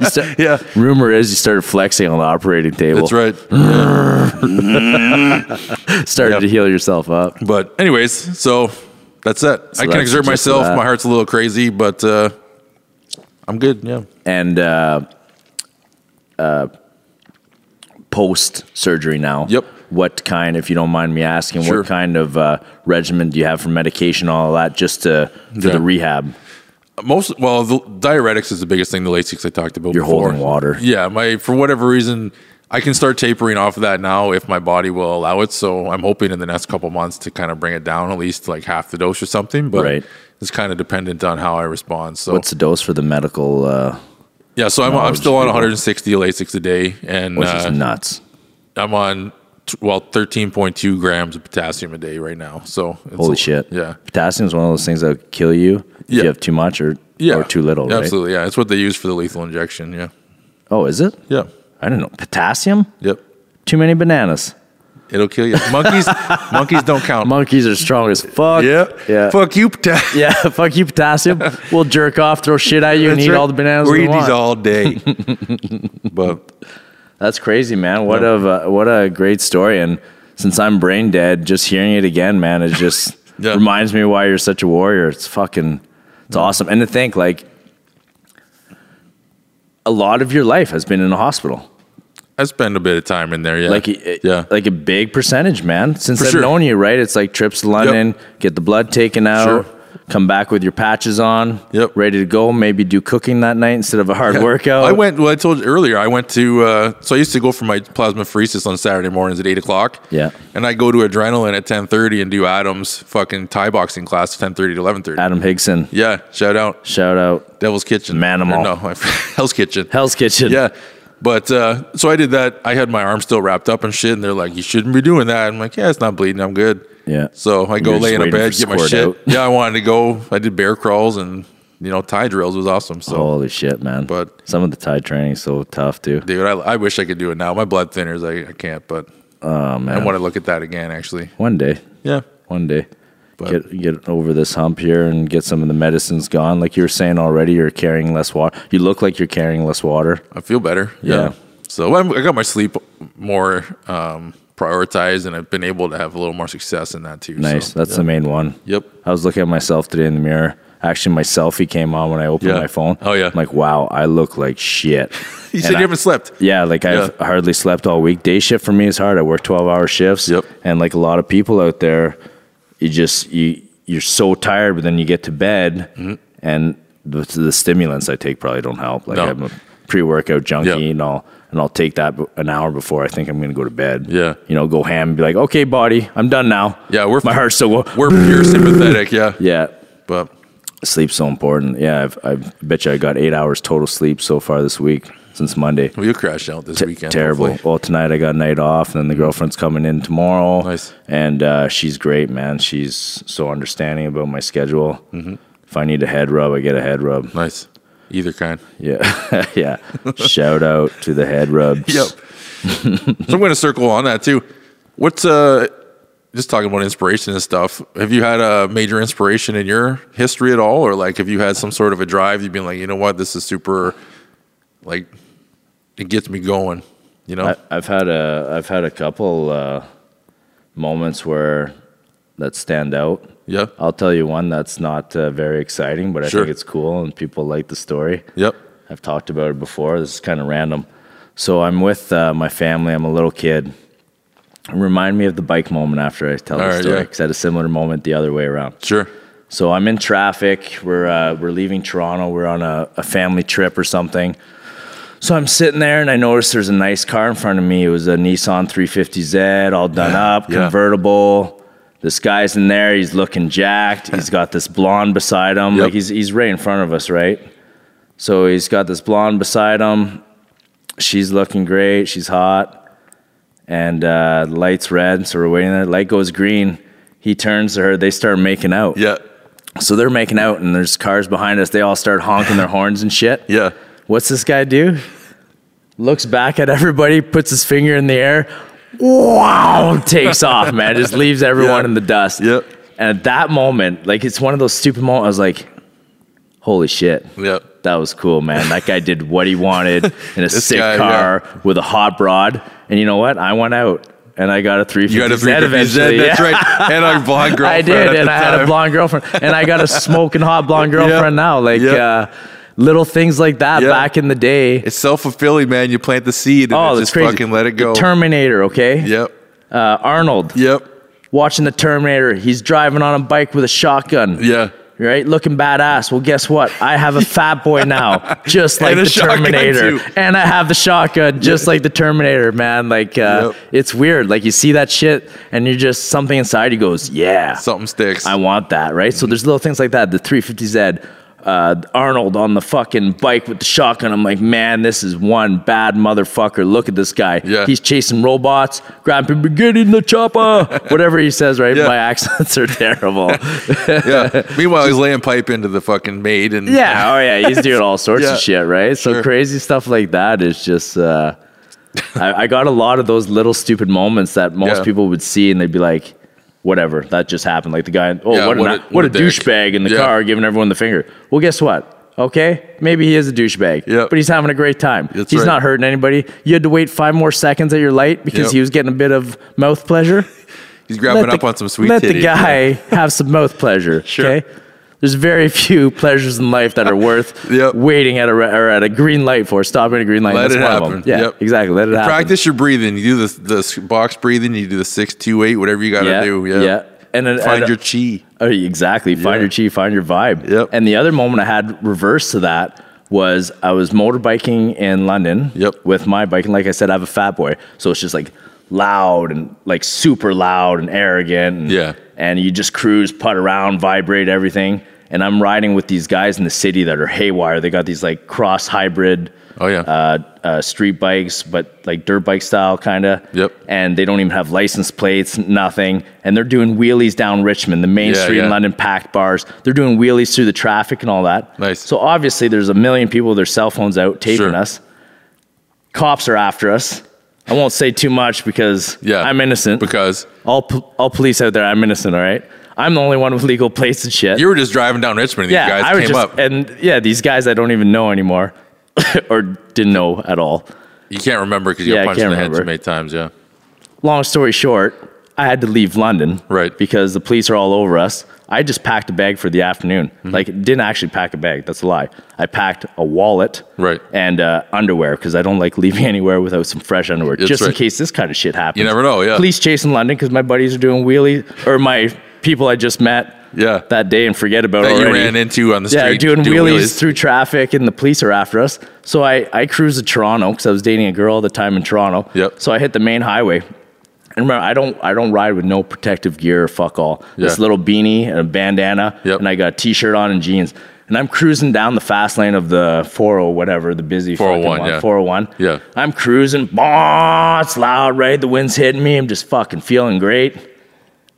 You sta- yeah. Rumor is you started flexing on the operating table. That's right. Mm-hmm. Started Yep. to heal yourself up. But anyways, so that's it. I can that's exert just myself. that. My heart's a little crazy, but uh, I'm good. Yeah. and uh, uh, post surgery now. Yep. What kind, if you don't mind me asking, Sure. what kind of uh, regimen do you have for medication, all that, just to for Yeah. the rehab? Most well, the diuretics is the biggest thing. The Lasix I talked about. You're before. holding water. Yeah, my for whatever reason, I can start tapering off of that now if my body will allow it. So I'm hoping in the next couple months to kind of bring it down at least like half the dose or something. But Right. it's kind of dependent on how I respond. So What's the dose for the medical, uh, yeah, so I'm I'm knowledge still on people? 160 Lasix a day, and which uh, is nuts? I'm on t- well, 13.2 grams of potassium a day right now. So it's Holy a- shit. Yeah. Potassium is one of those things that'll kill you if Yeah. you have too much or, Yeah. or too little, right? Absolutely. Yeah. It's what they use for the lethal injection. Yeah. Oh, is it? Yeah. I don't know. Potassium? Yep. Too many bananas. It'll kill you. Monkeys, monkeys don't count. Monkeys are strong as fuck. Yep. Yeah. Fuck you, potassium. Yeah. Fuck you, potassium. we'll jerk off, throw shit at you, and That's eat right. all the bananas. We're we eating want. these all day. but That's crazy, man. What a what a great story. And since I'm brain dead, just hearing it again, man, it just Yeah. reminds me why you're such a warrior. It's fucking it's awesome. And to think like a lot of your life has been in a hospital. I spend a bit of time in there. Yeah. Like a, yeah. like a big percentage, man. Since For I've sure. known you, right? It's like trips to London, get the blood taken out, Sure. come back with your patches on, Yep. ready to go, maybe do cooking that night instead of a hard Yeah. workout. I went. Well, I told you earlier. I went to. Uh, so I used to go for my plasma pheresis on Saturday mornings at eight o'clock. Yeah. And I go to adrenaline at ten thirty and do Adam's fucking Thai boxing class ten thirty to eleven thirty. Adam Higson, Yeah. Shout out shout out. Devil's Kitchen. Manimal. Or No, my friend- Hell's Kitchen. Hell's Kitchen. Yeah. But uh, so I did that. I had my arm still wrapped up and shit, and they're like, "You shouldn't be doing that." I'm like, "Yeah, it's not bleeding. I'm good." Yeah. So I go You're just lay in a waiting bed, for get my squirt shit. out. Yeah, I wanted to go. I did bear crawls and you know tie drills It was awesome. So Holy shit, man! But- some of the tide training is so tough too. dude. I, I wish I could do it now. My blood thinners, I, I can't, but Oh I man, want to look at that again, actually. one day, Yeah. one day, But- get get over this hump here and get some of the medicines gone. Like you were saying already, you're carrying less water. You look like you're carrying less water. I feel better. Yeah. So I'm, I got my sleep more um, prioritized, and I've been able to have a little more success in that too. so- Nice. That's the main one. Yep. I was looking at myself today in the mirror. Actually, my selfie came on when I opened Yeah. my phone. Oh, yeah. I'm like, wow, I look like shit. You And said you I- haven't slept. Yeah, like I've Yeah. hardly slept all week. Day shift for me is hard. I work twelve hour shifts. Yep. And like a lot of people out there, you just you you're so tired, but then you get to bed, Mm-hmm. and the, the stimulants I take probably don't help. Like No. I'm a pre workout junkie, Yeah. and I'll and I'll take that b- an hour before I think I'm going to go to bed. Yeah. You know, go ham and be like, okay, body, I'm done now. Yeah, we're- my heart's still going. We're pure sympathetic. Yeah. Yeah. But Sleep's so important. Yeah, I've, I bet you I got eight hours total sleep so far this week since Monday. well, you crashed out this weekend. Terrible. hopefully. Well, tonight I got a night off, and then the girlfriend's coming in tomorrow. Nice. And uh, she's great, man. She's so understanding about my schedule. Mm-hmm. If I need a head rub, I get a head rub. Nice. Either kind. Yeah, yeah. Shout out to the head rubs. Yep. so I'm going to circle on that too. What's uh, just talking about inspiration and stuff. Have you had a major inspiration in your history at all, or like have you had some sort of a drive? You've been like, you know what, this is super, like, it gets me going. You know, I, I've had a I've had a couple uh, moments where that stand out. yeah, I'll tell you one that's not uh, very exciting, but I Sure. think it's cool and people like the story. yep, I've talked about it before. This is kind of random. So I'm with uh, my family. I'm a little kid. Remind me of the bike moment after I tell All the right, story yeah. because I had a similar moment the other way around. sure, So I'm in traffic. We're uh, we're leaving Toronto. We're on a, a family trip or something. So I'm sitting there and I notice there's a nice car in front of me. It was a Nissan 350Z, all done Yeah, up, yeah. convertible. This guy's in there. He's looking jacked. He's got this blonde beside him. Yep. Like he's he's right in front of us, right? So he's got this blonde beside him. She's looking great. She's hot and uh, the light's red, so we're waiting there. Light goes green. He turns to her. They start making out. yeah, So they're making out, and there's cars behind us. They all start honking their horns and shit. yeah. What's this guy do? Looks back at everybody, puts his finger in the air. Wow! Takes off, man. Just leaves everyone Yeah. in the dust. Yep. And at that moment, like it's one of those stupid moments. I was like, "Holy shit!" Yep. That was cool, man. That guy did what he wanted in a sick guy, car with a hot broad. And you know what? I went out and I got a 350Z You got a 350Z, eventually. that's Yeah. right. And our blonde girlfriend. I did, at and the I had a time. blonde girlfriend, and I got a smoking hot blonde girlfriend now. Like Yep. uh, little things like that Yeah. back in the day. It's self fulfilling, man. You plant the seed and oh, oh, that's just crazy. fucking let it The go. Terminator, okay. yep, Uh, Arnold yep, watching the Terminator. He's driving on a bike with a shotgun. yeah. Right, looking badass. Well, guess what? I have a fat boy now, just like And a the shotgun, Terminator, too. and I have the shotgun, just like the Terminator. Man, like Yep. uh, it's weird. Like you see that shit, and you're just something inside you goes, yeah, Something sticks. Mm-hmm. I want that, right? So there's little things like that. The 350Z. uh, Arnold on the fucking bike with the shotgun. I'm like, man, this is one bad motherfucker. Look at this guy. Yeah. He's chasing robots, grabbing, get in the chopper, whatever he says, right? Yeah. My accents are terrible. Yeah. Meanwhile, he's laying pipe into the fucking maid and Yeah, oh yeah, he's doing all sorts Yeah, of shit, right? So sure. crazy stuff like that is just. Uh, I, I got a lot of those little stupid moments that most Yeah. people would see, and they'd be like, "Whatever, that just happened." Like the guy, oh, Yeah, what, what a, a- what, what a a dick. douchebag in the Yeah. car giving everyone the finger. Well, guess what? Okay, maybe he is a douchebag, Yep. but he's having a great time. That's he's right. not hurting anybody. You had to wait five more seconds at your light because Yep. he was getting a bit of mouth pleasure. he's grabbing Let up the- on some sweet Let titty. the guy have some mouth pleasure. Sure. Okay. There's very few pleasures in life that are worth Yep. waiting at a re- or at a green light for. Stopping at a green light. Let That's it one happen. Of them. Yeah, Yep. exactly. Let it happen. Practice your breathing. You do the, the s- box breathing. You do the six, two, eight, whatever you got to Yeah. do. Yeah. Yeah. And then Find and, your chi. Oh, exactly. Find Yeah. your chi, find your vibe. Yep. And the other moment I had reverse to that was I was motorbiking in London Yep. with my bike. And like I said, I have a fat boy. So it's just like loud and like super loud and arrogant. And, Yeah. And you just cruise, putt around, vibrate everything. And I'm riding with these guys in the city that are haywire. They got these like cross hybrid Oh, yeah. uh, uh, street bikes, but like dirt bike style, kind of. Yep. And they don't even have license plates, nothing. And they're doing wheelies down Richmond, the main Yeah, street yeah. in London, packed bars. They're doing wheelies through the traffic and all that. Nice. So obviously, there's a million people with their cell phones out taping Sure. us. Cops are after us. I won't say too much because Yeah. I'm innocent. Because all, po- all police out there, I'm innocent, all right? I'm the only one with legal plates and shit you were just driving down Richmond and these guys I was came just, up. And yeah, these guys I don't even know anymore or didn't know at all. You can't remember because you Yeah, I got punched in can't the head so remember. many times. Yeah. Long story short, I had to leave London. Right. Because the police are all over us. I just packed a bag for the afternoon. Mm-hmm. Like, didn't actually pack a bag. That's a lie. I packed a wallet. Right. And uh, underwear because I don't like leaving anywhere without some fresh underwear That's just in right. case this kind of shit happens. You never know, yeah. Police chase in London because my buddies are doing wheelies or my people I just met Yeah. that day and forget about That you already. ran into on the street. Yeah, doing wheelies, through traffic, and the police are after us. So I, I cruise to Toronto because I was dating a girl at the time in Toronto. Yep. So I hit the main highway. And remember, I don't I don't ride with no protective gear or fuck all. This Yeah. little beanie and a bandana, Yep. and I got a t-shirt on and jeans. And I'm cruising down the fast lane of the 40 whatever, the busy fucking 401, one, yeah. 401. Yeah. I'm cruising. Bah, it's loud, right? The wind's hitting me. I'm just fucking feeling great.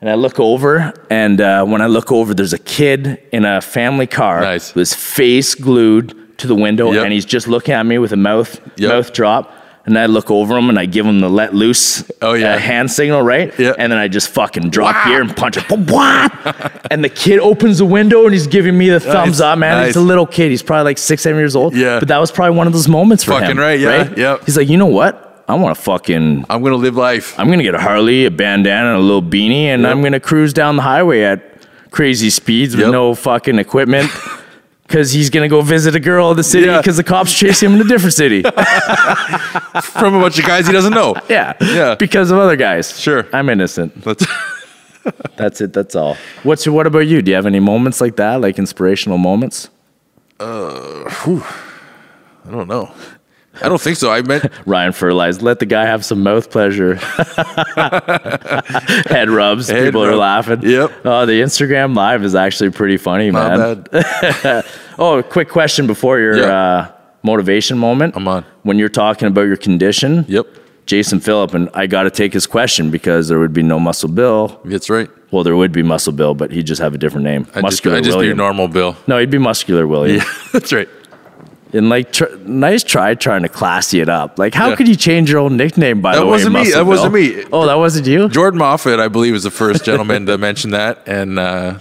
And I look over, and uh, when I look over, there's a kid in a family car Nice. with his face glued to the window, Yep. and he's just looking at me with a mouth Yep. mouth drop. And I look over him, and I give him the let loose Oh, yeah. uh, hand signal, right? Yeah. And then I just fucking drop gear and punch him. Boom, What? and the kid opens the window, and he's giving me the thumbs up, man. nice. He's a little kid. He's probably like six, seven years old. Yeah. But that was probably one of those moments for Fucking him. right, yeah, yep. He's like, you know what? I want to fucking I'm going to live life. I'm gonna get a Harley, a bandana, and a little beanie, and Yep. I'm gonna cruise down the highway at crazy speeds with Yep. no fucking equipment. Cause he's gonna go visit a girl in the city Yeah. because the cops chase him in a different city. From a bunch of guys he doesn't know. yeah. Yeah. Because of other guys. Sure. I'm innocent. That's, That's it. That's all. What's your, what about you? Do you have any moments like that? Like inspirational moments? I don't know. I don't think so. I meant Ryan fertilized. Let the guy have some mouth pleasure. Head rubs. Head people are rub. laughing. Yep. Oh, the Instagram live is actually pretty funny, not man. bad. Oh, a quick question before your Yeah. uh, motivation moment. I'm on. When you're talking about your condition, Yep. Jason Phillip, and I got to take his question because there would be no Muscle Bill. That's right. Well, there would be Muscle Bill, but he'd just have a different name. I just, Muscular I just do William. normal Bill. no, he'd be Muscular William. Yeah, that's right. And like, tr- nice try trying to classy it up. Like, how Yeah. could you change your own nickname? By That the way, wasn't me. Muscle That wasn't Bill? me. Oh, that wasn't you. Jordan Moffat, I believe, is the first gentleman to mention that. And uh,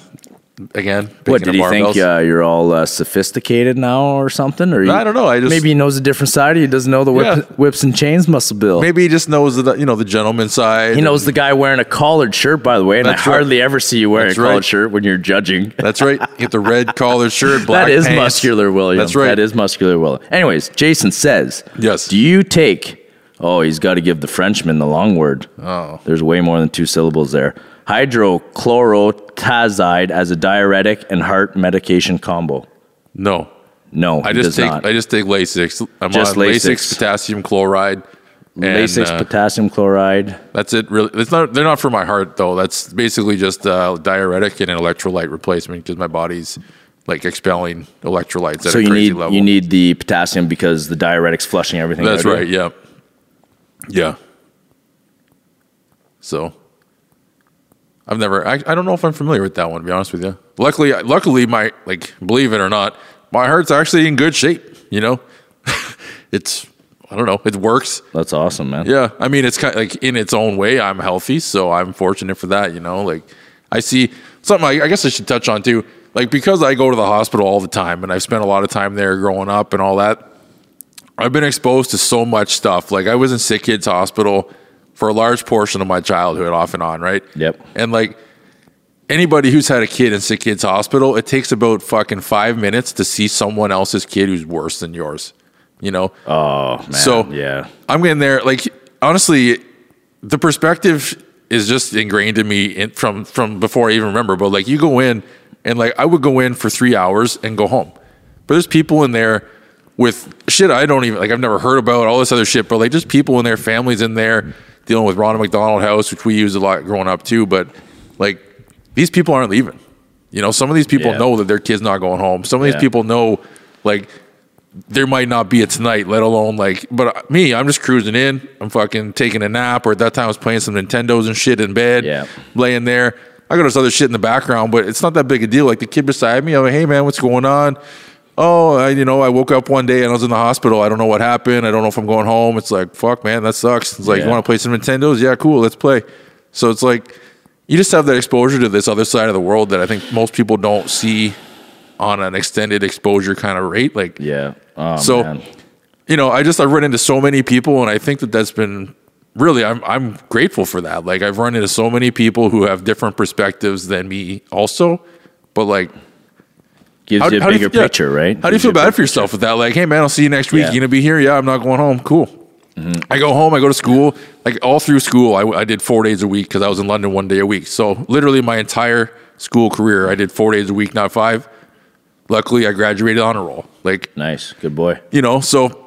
again, What picking did up he think? barbells. Uh, you're all uh, sophisticated now, or something? Or he- I don't know, I just- maybe he knows a different side. He doesn't know the whip, Yeah. whips and chains, Muscle Bill. Maybe he just knows the you know the gentleman side. He knows the guy wearing a collared shirt, by the way, and I That's right. hardly ever see you wearing That's a collared right. shirt when you're judging. That's right. Get the red collar shirt. Black that is pants. muscular, William. That's right. That is muscular, William. Anyways, Jason says, Yes. Do you take? Oh, he's got to give the Frenchman the long word. Oh. there's way more than two syllables there. Hydrochlorotazide as a diuretic and heart medication combo. no. No, I he just does take not. I just take Lasix. I'm Just on Lasix. Lasix. potassium chloride. And, Lasix, uh, potassium chloride. that's it. Really, it's not. They're not for my heart though. That's basically just uh, diuretic and an electrolyte replacement because my body's like expelling electrolytes at So a you crazy need level. you need the potassium because the diuretic's flushing everything. That's out of right. you. Yeah. Yeah. So I've never, I, I don't know if I'm familiar with that one, to be honest with you. Luckily, luckily, my, like, believe it or not, my heart's actually in good shape, you know? it's, I don't know, it works. That's awesome, man. Yeah, I mean, it's kind of like in its own way, I'm healthy, so I'm fortunate for that. You know, like I see something. I, I guess I should touch on too, like because I go to the hospital all the time, and I've spent a lot of time there growing up and all that. I've been exposed to so much stuff. Like I was in sick kids hospital for a large portion of my childhood, off and on, right? Yep. And like anybody who's had a kid in sick kids hospital, it takes about fucking five minutes to see someone else's kid who's worse than yours. You know, Oh man. So- yeah, I'm getting there. Like honestly, the perspective is just ingrained in me in, from from before I even remember. But like you go in and like I would go in for three hours and go home. But there's people in there with shit I don't even like. I've never heard about all this other shit. But like just people in their families in there dealing with Ronald McDonald House, which we used a lot growing up too. But like these people aren't leaving. You know, some of these people Yeah. know that their kid's not going home. Some of these Yeah. people know like there might not be a tonight, let alone like. But me, I'm just cruising in. I'm fucking taking a nap, or at that time I was playing some Nintendos and shit in bed, Yeah. laying there. I got this other shit in the background, but it's not that big a deal. Like the kid beside me, I'm like, hey man, what's going on? Oh, I, you know, I woke up one day and I was in the hospital. I don't know what happened. I don't know if I'm going home. It's like, fuck, man, that sucks. It's like, Yeah. you want to play some Nintendos? Yeah, cool, let's play. So it's like, you just have that exposure to this other side of the world that I think most people don't see on an extended exposure kind of rate. Like, yeah. Oh, so, man. you know, I just I've run into so many people, and I think that that's been really I'm I'm grateful for that. Like I've run into so many people who have different perspectives than me, also. But like, gives you a do you- bigger yeah. picture, right? How do you Gives feel a big- bad for yourself with that? Like, hey man, I'll see you next week. Yeah. Mm-hmm. You gonna be here? Yeah, I'm not going home. Cool. I go home. I go to school. Like all through school, I, I did four days a week because I was in London one day a week. So literally my entire school career, I did four days a week, not five. Luckily, I graduated honor roll. Like Nice, good boy you know so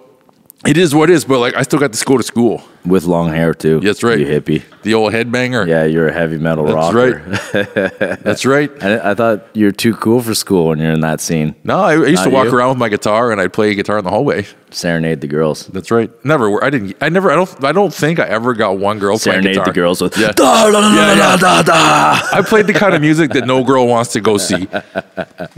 it is what it is but like i still got to go to school with long hair too. That's right. You hippie. the old headbanger Yeah, you're a heavy metal that's rocker. right that's right And I thought you were too cool for school when you're in that scene. no i, I used to Not walk you. around with my guitar and i'd play guitar in the hallway Serenade the girls. that's right never wor- i didn't i never i don't i don't think i ever got one girl playing Serenade guitar the girls with Yeah. da, da, da, Yeah, yeah. da, da, da. i played the kind of music that no girl wants to go see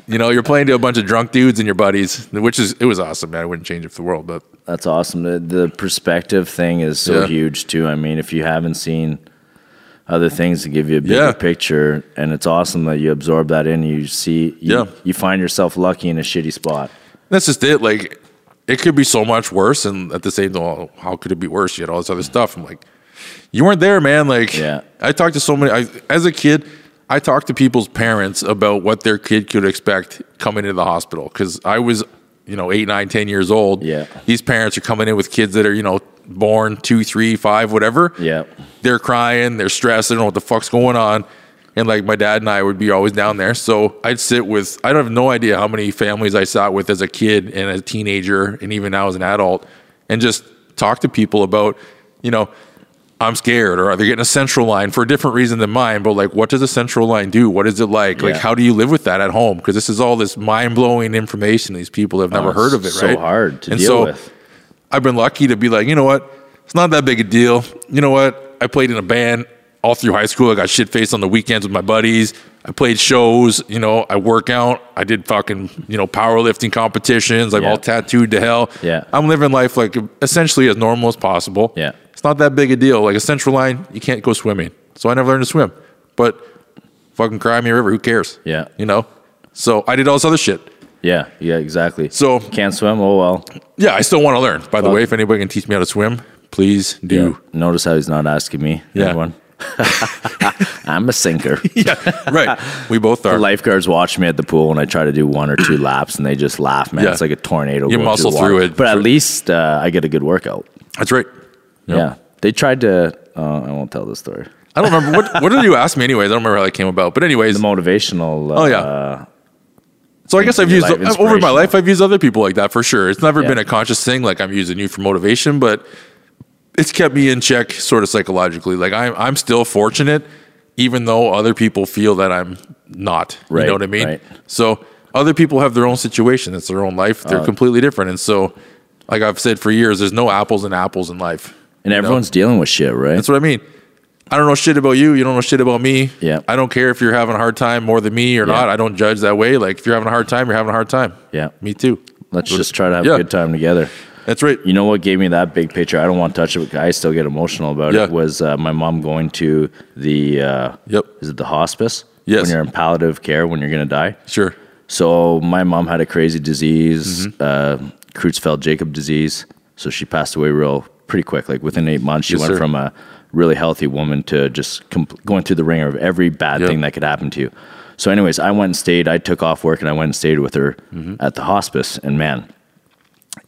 you know you're playing to a bunch of drunk dudes and your buddies which is it was awesome man i wouldn't change it for the world but That's awesome. The, the perspective thing is so Yeah. huge too. I mean, if you haven't seen other things to give you a bigger Yeah. picture, and it's awesome that you absorb that in. You see, you, Yeah. you find yourself lucky in a shitty spot. that's just it. Like, it could be so much worse, and at the same time, well, how could it be worse? You had all this other stuff. I'm like, you weren't there, man. Like, Yeah. I talked to so many. I, as a kid, I talked to people's parents about what their kid could expect coming into the hospital because I was, you know, eight, nine, ten years old. Yeah. these parents are coming in with kids that are, you know, born two, three, five, whatever Yeah. they're crying, they're stressed, they don't know what the fuck's going on. And like my dad and I would be always down there. So I'd sit with I don't have no idea how many families I sat with as a kid and as a teenager and even now as an adult and just talk to people about, you know, I'm scared or they're getting a central line for a different reason than mine, but like what does a central line do? What is it like? Like Yeah. how do you live with that at home? Because this is all this mind blowing information these people have never Oh, heard of it, so right? hard to And deal so with. I've been lucky to be like, you know what? It's not that big a deal. You know what? I played in a band all through high school. I got shit faced on the weekends with my buddies. I played shows. You know, I work out. I did fucking, you know, powerlifting competitions. I'm Yeah. all tattooed to hell. Yeah. I'm living life like essentially as normal as possible. Yeah. It's not that big a deal. Like a central line, you can't go swimming. So I never learned to swim. But fucking cry me a river. Who cares? Yeah. You know? So I did all this other shit. Yeah. Yeah. Exactly. So Can't swim? Oh well. yeah, I still want to learn. By the way, if anybody can teach me how to swim, please do. Notice how he's not asking me. Yeah. Everyone. I'm a sinker. Yeah, right. We both are. The lifeguards watch me at the pool and I try to do one or two laps and they just laugh, man. Yeah. It's like a tornado. You going muscle the water. through it. But at least uh, I get a good workout. That's right. Yeah. They tried to, uh, I won't tell the story. I don't remember what what did you ask me anyways. I don't remember how that came about. But anyways, The motivational. Uh, oh yeah. so I guess I've your used life over my inspirational. life I've used other people like that for sure. It's never Yeah. been a conscious thing like I'm using you for motivation, but it's kept me in check sort of psychologically. Like I'm I'm still fortunate even though other people feel that I'm not. You Right, know what I mean? right. So Other people have their own situation. It's their own life. Uh. They're completely different. And so, like I've said for years, there's no apples and apples in life. And everyone's dealing with shit, right? That's what I mean. I don't know shit about you. You don't know shit about me. Yeah. I don't care if you're having a hard time more than me or not. I don't judge that way. Like if you're having a hard time, you're having a hard time. Yeah. Me too. Let's just try to have Yeah. a good time together. That's right. You know what gave me that big picture? I don't want to touch it, but I still get emotional about Yeah. it. Was uh, my mom going to the uh, Yep. Is it the hospice? Yes. When you're in palliative care, when you're gonna die. Sure. So my mom had a crazy disease, Mm-hmm. uh, Creutzfeldt Jacob disease. So she passed away real pretty quick, like within eight months. She Yes, went sir. from a really healthy woman to just compl- going through the ringer of every bad Yep. thing that could happen to you. So, anyways, I went and stayed. I took off work and I went and stayed with her Mm-hmm. at the hospice. And man,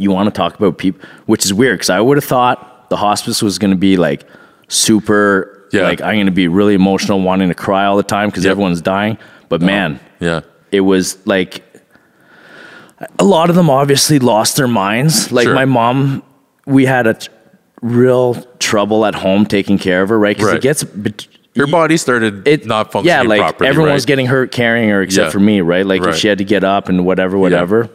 you want to talk about people, which is weird because I would have thought the hospice was going to be like super, Yeah. like I'm going to be really emotional, wanting to cry all the time because Yep. Uh-huh. everyone's dying. But man, Yeah. it was like a lot of them obviously lost their minds. Like Sure. my mom, we had a t- real trouble at home taking care of her, right? Because Right. it gets bet- Your body started it not functioning Yeah, like properly. everyone right? was getting hurt carrying her except Yeah. for me, right? Like Right. if she had to get up and whatever, whatever.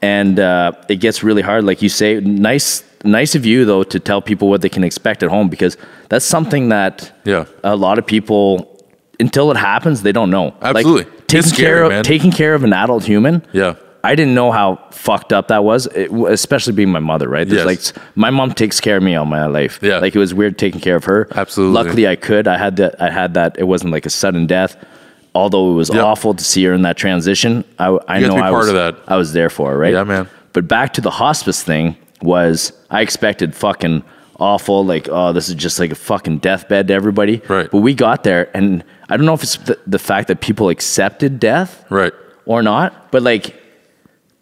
And uh, it gets really hard, like you say. Nice, nice of you though to tell people what they can expect at home because that's something that Yeah. a lot of people until it happens they don't know. Absolutely. like, It's taking scary, care of man. taking care of an adult human. Yeah. I didn't know how fucked up that was, it, w- especially being my mother, right? There's Yes. like s- my mom takes care of me all my life. Yeah. Like it was weird taking care of her. Absolutely. Luckily I could. I had that I had that it wasn't like a sudden death. Although it was Yep. awful to see her in that transition. I I You have know to be I part was of that. I was there for, her, right? Yeah, man. But back to the hospice thing was I expected fucking awful like oh this is just like a fucking deathbed to everybody. Right. But we got there and I don't know if it's the, the fact that people accepted death Right. or not, but like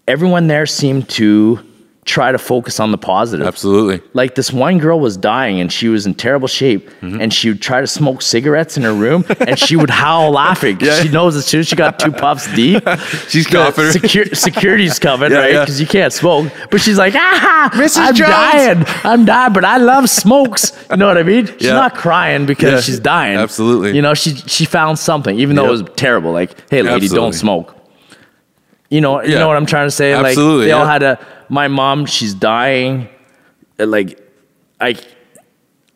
everyone there seemed to try to focus on the positive. Absolutely. Like this one girl was dying and she was in terrible shape Mm-hmm. and she would try to smoke cigarettes in her room and she would howl laughing. 'cause She knows as soon as she got two puffs deep, She's the confident. secu- security's coming, Yeah, right? yeah. Because you can't smoke. But she's like, ah, Mrs. I'm Jones." dying. I'm dying, but I love smokes. You know what I mean? She's Yeah. not crying because Yeah. she's dying. Absolutely. You know, she she found something, even though it Yep. was terrible. Like, hey, lady, Absolutely. don't smoke. You know, you Yeah. know what I'm trying to say. Absolutely, like, they all yeah. had a. My mom, she's dying. Uh, Like, I,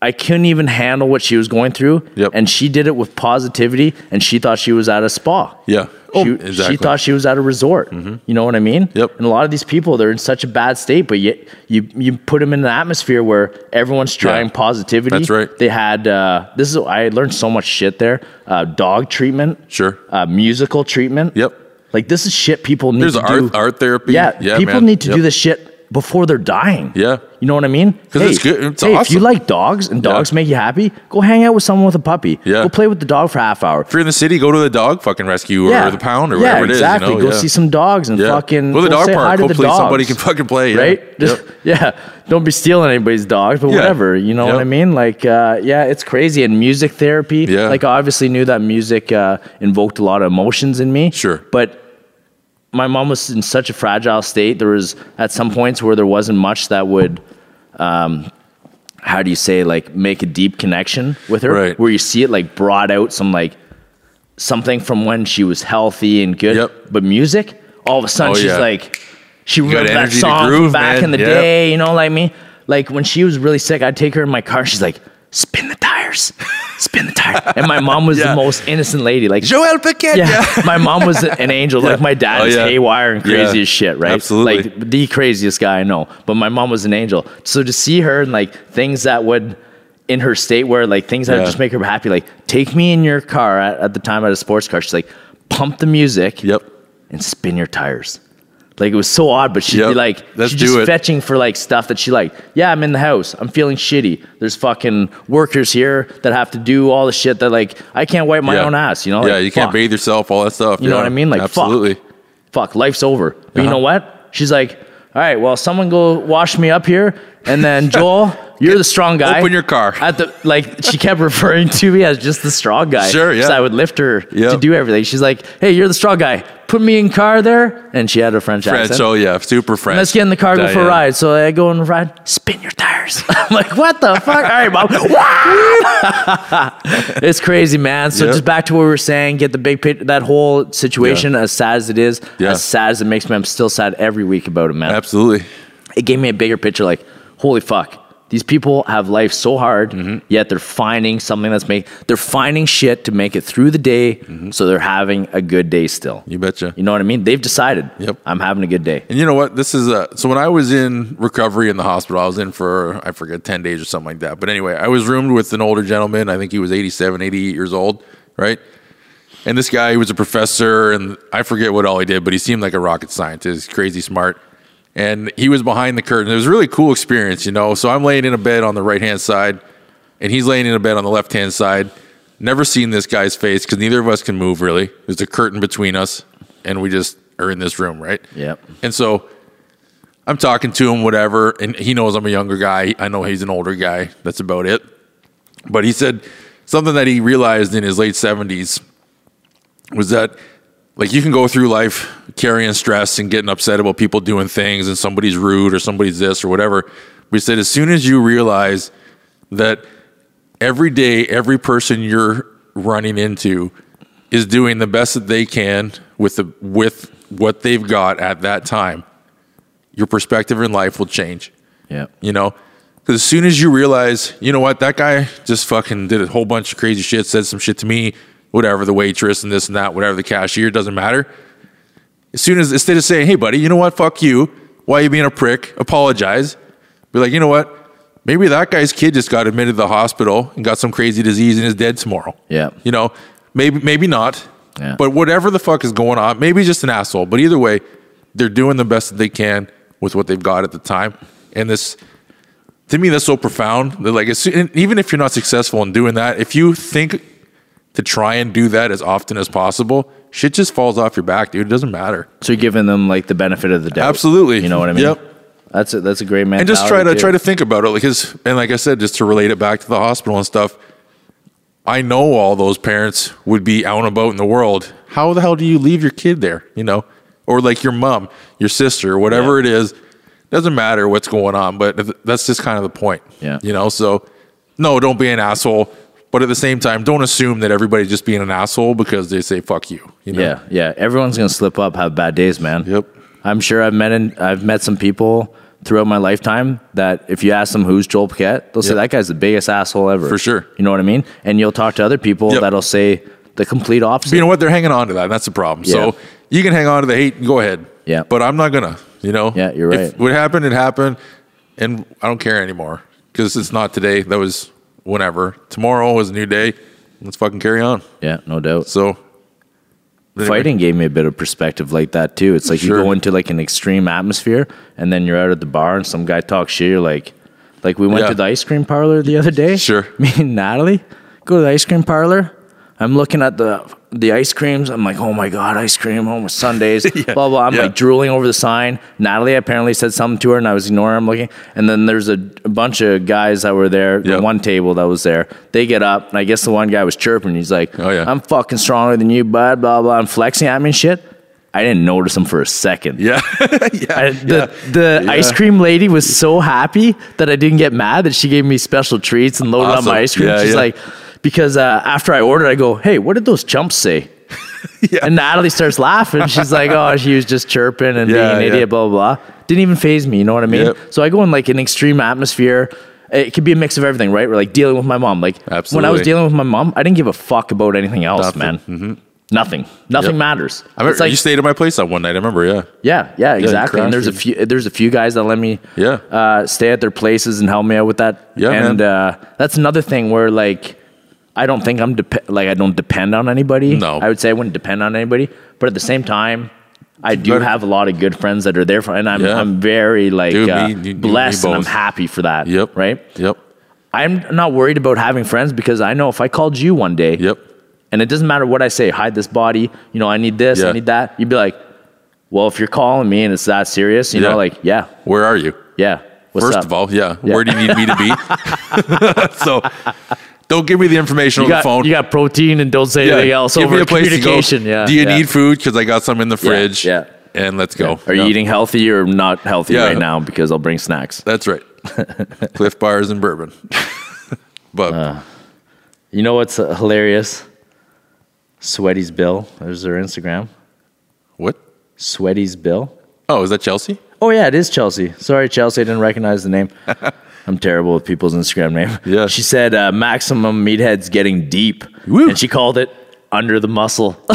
I couldn't even handle what she was going through. Yep. And she did it with positivity, and she thought she was at a spa. Yeah. Oh, she, she thought she was at a resort. You know what I mean? Mm-hmm. Yep. And a lot of these people, they're in such a bad state, but yet you you put them in an atmosphere where everyone's trying positivity. That's right. They had uh, this is I learned so much shit there. Uh, dog treatment, Sure. uh, musical treatment. Yep. Like this is shit people need There's to art, do. art therapy. Yeah, people man. need to Yep. do this shit before they're dying. Yeah. You know what I mean? 'Cause it's good- it's hey, if awesome. you like dogs and dogs make you happy, go hang out with someone with a puppy. Yeah. Go play with the dog for a half hour. If you're in the city, go to the dog fucking rescue or the pound or whatever exactly. it is. You know? Go yeah. see some dogs and Yeah. fucking Go to the dog say hi park. to the Hopefully somebody can dogs, fucking play. Yeah. right. Just Yep. yeah, don't be stealing anybody's dogs, but Yeah. whatever. You know Yep. what I mean? Like uh, yeah, it's crazy. And music therapy. Yeah. Like I obviously knew that music uh, invoked a lot of emotions in me. Sure. But my mom was in such a fragile state. There was at some points where there wasn't much that would. Um, how do you say like make a deep connection with her Right. where you see it like brought out some like something from when she was healthy and good. Yep. But music, all of a sudden Oh, she's yeah. like, she remembered that energy to song groove, from back man. in the Yep. day. You know, like me. Like when she was really sick, I'd take her in my car. She's like, spin the tires, spin the tires. And my mom was Yeah. the most innocent lady. Like Joel Paquette. yeah. my mom was an angel. Like my dad Oh, is yeah. haywire and crazy Yeah. as shit, right? Absolutely. Like the craziest guy I know. But my mom was an angel. So to see her and like things that would in her state where like things that Yeah. would just make her happy, like take me in your car at, at the time at a sports car. She's like, pump the music Yep. and spin your tires. Like it was so odd, but she'd Yep. be like, Let's she's do just it. fetching for like stuff that she liked. Yeah, I'm in the house. I'm feeling shitty. There's fucking workers here that have to do all the shit that like I can't wipe my yeah. own ass. You know? yeah, Like, you can't fuck. bathe yourself, all that stuff. You know yeah. what I mean? Like, fuck. absolutely. fuck, life's over. But you Uh-huh. know what? She's like, all right, well, someone go wash me up here, and then Joel, you're the strong guy. Open your car. At the like, she kept referring to me as just the strong guy. Sure, yeah. So I would lift her Yeah. to do everything. She's like, hey, you're the strong guy. put me in car there, and she had a French, French. accent. Oh yeah, super French. Let's get in the car, go for a Diane. ride. So I go on a ride, spin your tires. I'm like, what the fuck? All right, mom. it's crazy, man. So Yeah. just back to what we were saying, get the big picture, that whole situation, as sad as it is, Yeah. as sad as it makes me, I'm still sad every week about it, man. Absolutely. It gave me a bigger picture like, holy fuck. These people have life so hard, Mm-hmm. yet they're finding something that's make they're finding shit to make it through the day, Mm-hmm. so they're having a good day still. You betcha. You know what I mean? They've decided. Yep. I'm having a good day. And you know what? This is a so when I was in recovery in the hospital, I was in for I forget 10 days or something like that. But anyway, I was roomed with an older gentleman. I think he was 87, 88 years old, right? And this guy, he was a professor and I forget what all he did, but he seemed like a rocket scientist, crazy smart. And he was behind the curtain. It was a really cool experience, you know. So I'm laying in a bed on the right-hand side and he's laying in a bed on the left-hand side. Never seen this guy's face cuz neither of us can move really. There's a curtain between us and we just are in this room, right? Yep. And so I'm talking to him, whatever, and he knows I'm a younger guy. I know he's an older guy. That's about it. But he said something that he realized in his late 70s was that like you can go through life carrying stress and getting upset about people doing things and somebody's rude or somebody's this or whatever. But he said as soon as you realize that every day, every person you're running into is doing the best that they can with the with what they've got at that time, your perspective in life will change. Yeah. You know, because as soon as you realize, you know what, that guy just fucking did a whole bunch of crazy shit, said some shit to me, whatever, the waitress and this and that, whatever, the cashier, doesn't matter. As soon as, instead of saying, hey, buddy, you know what, fuck you, why you being a prick, apologize, be like, you know what, maybe that guy's kid just got admitted to the hospital and got some crazy disease and is dead tomorrow. Yeah. You know, maybe, maybe not. Yeah. But whatever the fuck is going on, maybe he's just an asshole. But either way, they're doing the best that they can with what they've got at the time. And this, to me, that's so profound. That like, as soon, and even if you're not successful in doing that, if you think to try and do that as often as possible, shit just falls off your back, dude. It doesn't matter. So you're giving them like the benefit of the doubt. Absolutely. You know what I mean? Yep. That's a, that's a great man. and just try to try to think about it like his and like i said just to relate it back to the hospital and stuff i know all those parents would be out and about in the world how the hell do you leave your kid there you know or like your mom your sister whatever it is doesn't matter what's going on but th- that's just kind of the point Yeah. you know so no don't be an asshole but at the same time don't assume that everybody's just being an asshole because they say fuck you you know Yeah, yeah. Everyone's gonna slip up, have bad days, man. Yep. I'm sure I've met in, I've met some people throughout my lifetime that if you ask them who's Joel Paquette, they'll say Yep. that guy's the biggest asshole ever. For sure. You know what I mean? And you'll talk to other people Yep. that'll say the complete opposite. you know what? They're hanging on to that. And that's the problem. So Yeah. you can hang on to the hate and go ahead. Yeah. But I'm not gonna. You know. Yeah, you're If right. what happened, it happened, and I don't care anymore because it's not today. That was whenever. Tomorrow is a new day. Let's fucking carry on. yeah, no doubt. So anyway, Fighting gave me a bit of perspective like that too. It's like Sure. you go into like an extreme atmosphere, and then you're out at the bar, and some guy talks shit. You're like, like we went Yeah. to the ice cream parlor the other day. Sure. me and Natalie go to the ice cream parlor. I'm looking at the the ice creams. I'm like, oh my god, ice cream, home with Sundays, blah blah. I'm yeah. like drooling over the sign. Natalie apparently said something to her, and I was ignoring. her. I'm looking, and then there's a, a bunch of guys that were there. Yeah. The one table that was there, they get up, and I guess the one guy was chirping. He's like, Oh, yeah. I'm fucking stronger than you, bud, blah, blah. I'm flexing at me and shit. I didn't notice him for a second. Yeah. I- the the ice cream lady was so happy that I didn't get mad that she gave me special treats and loaded Awesome. up my ice cream. Yeah, She's yeah. like, because uh, after I ordered, I go, hey, what did those chumps say? And Natalie starts laughing. She's like, "Oh, she was just chirping and Yeah, being an yeah. idiot, blah blah." blah. Didn't even phase me. You know what I mean? Yep. So I go in like an extreme atmosphere. It could be a mix of everything, right? We're like dealing with my mom. Like when I was Absolutely. Mm-hmm. dealing with my mom, I didn't give a fuck about anything else, man. Nothing. Nothing Yep. matters. I remember it's like you stayed at my place that one night. I remember. Yeah. yeah, yeah, exactly. crashed and there's a it. few there's a few guys that let me Yeah. uh, stay at their places and help me out with that. Yeah, and man. Uh, that's another thing where like I don't think I'm dep like I don't depend on anybody. No. I would say I wouldn't depend on anybody, but at the same time. I do Better- have a lot of good friends that are there for, and I'm Yeah. I'm very like Dude, uh, me- you- me blessed, and I'm both. happy for that. Yep. Right. Yep. I'm not worried about having friends because I know if I called you one day, Yep. and it doesn't matter what I say, hide this body, you know, I need this, Yeah. I need that. You'd be like, well, if you're calling me and it's that serious, you Yeah. know, like, yeah, Where are you? yeah. What's First up? of all, yeah, Where do you need me to be? so Don't give me the information You on got, the phone. you got protein and don't say anything else give over me a place to go. communication. Yeah. Do you yeah. need food? Because I got some in the fridge. yeah. And let's go. Are you Yeah. eating healthy or not healthy Yeah. right now? Because I'll bring snacks. That's right. Cliff bars and bourbon. but Uh. You know what's uh, hilarious? Sweaty's Bill. There's their Instagram. what? Sweaty's Bill. Oh, is that Chelsea? Oh yeah, it is Chelsea. Sorry, Chelsea. I didn't recognize the name. I'm terrible with people's Instagram name. Yeah. She said uh, maximum meatheads getting deep, Woo. and she called it under the muscle.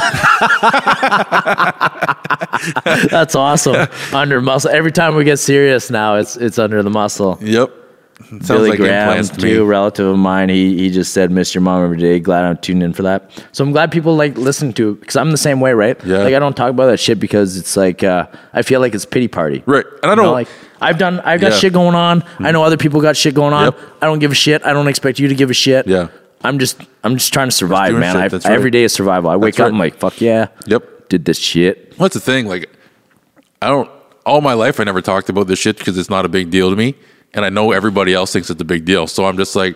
That's awesome. Under muscle. Every time we get serious now, it's it's under the muscle. Yep. Sounds Billy like Graham, implants to me. too, relative of mine. He he just said, "Miss your mom every day." Glad I'm tuned in for that. So I'm glad people like listen to because I'm the same way, right? Yeah. Like I don't talk about that shit because it's like uh, I feel like it's pity party, Right. And I You know, don't- like I've done. I've got Yeah. shit going on. I know other people got shit going on. Yep. I don't give a shit. I don't expect you to give a shit. Yeah. I'm just I'm just trying to survive, doing man. shit. I, That's Every right. day is survival. I wake right. up. I'm like, fuck yeah. Yep. Did this shit. Well, that's the thing. Like, I don't. All my life, I never talked about this shit because it's not a big deal to me, and I know everybody else thinks it's a big deal. So I'm just like,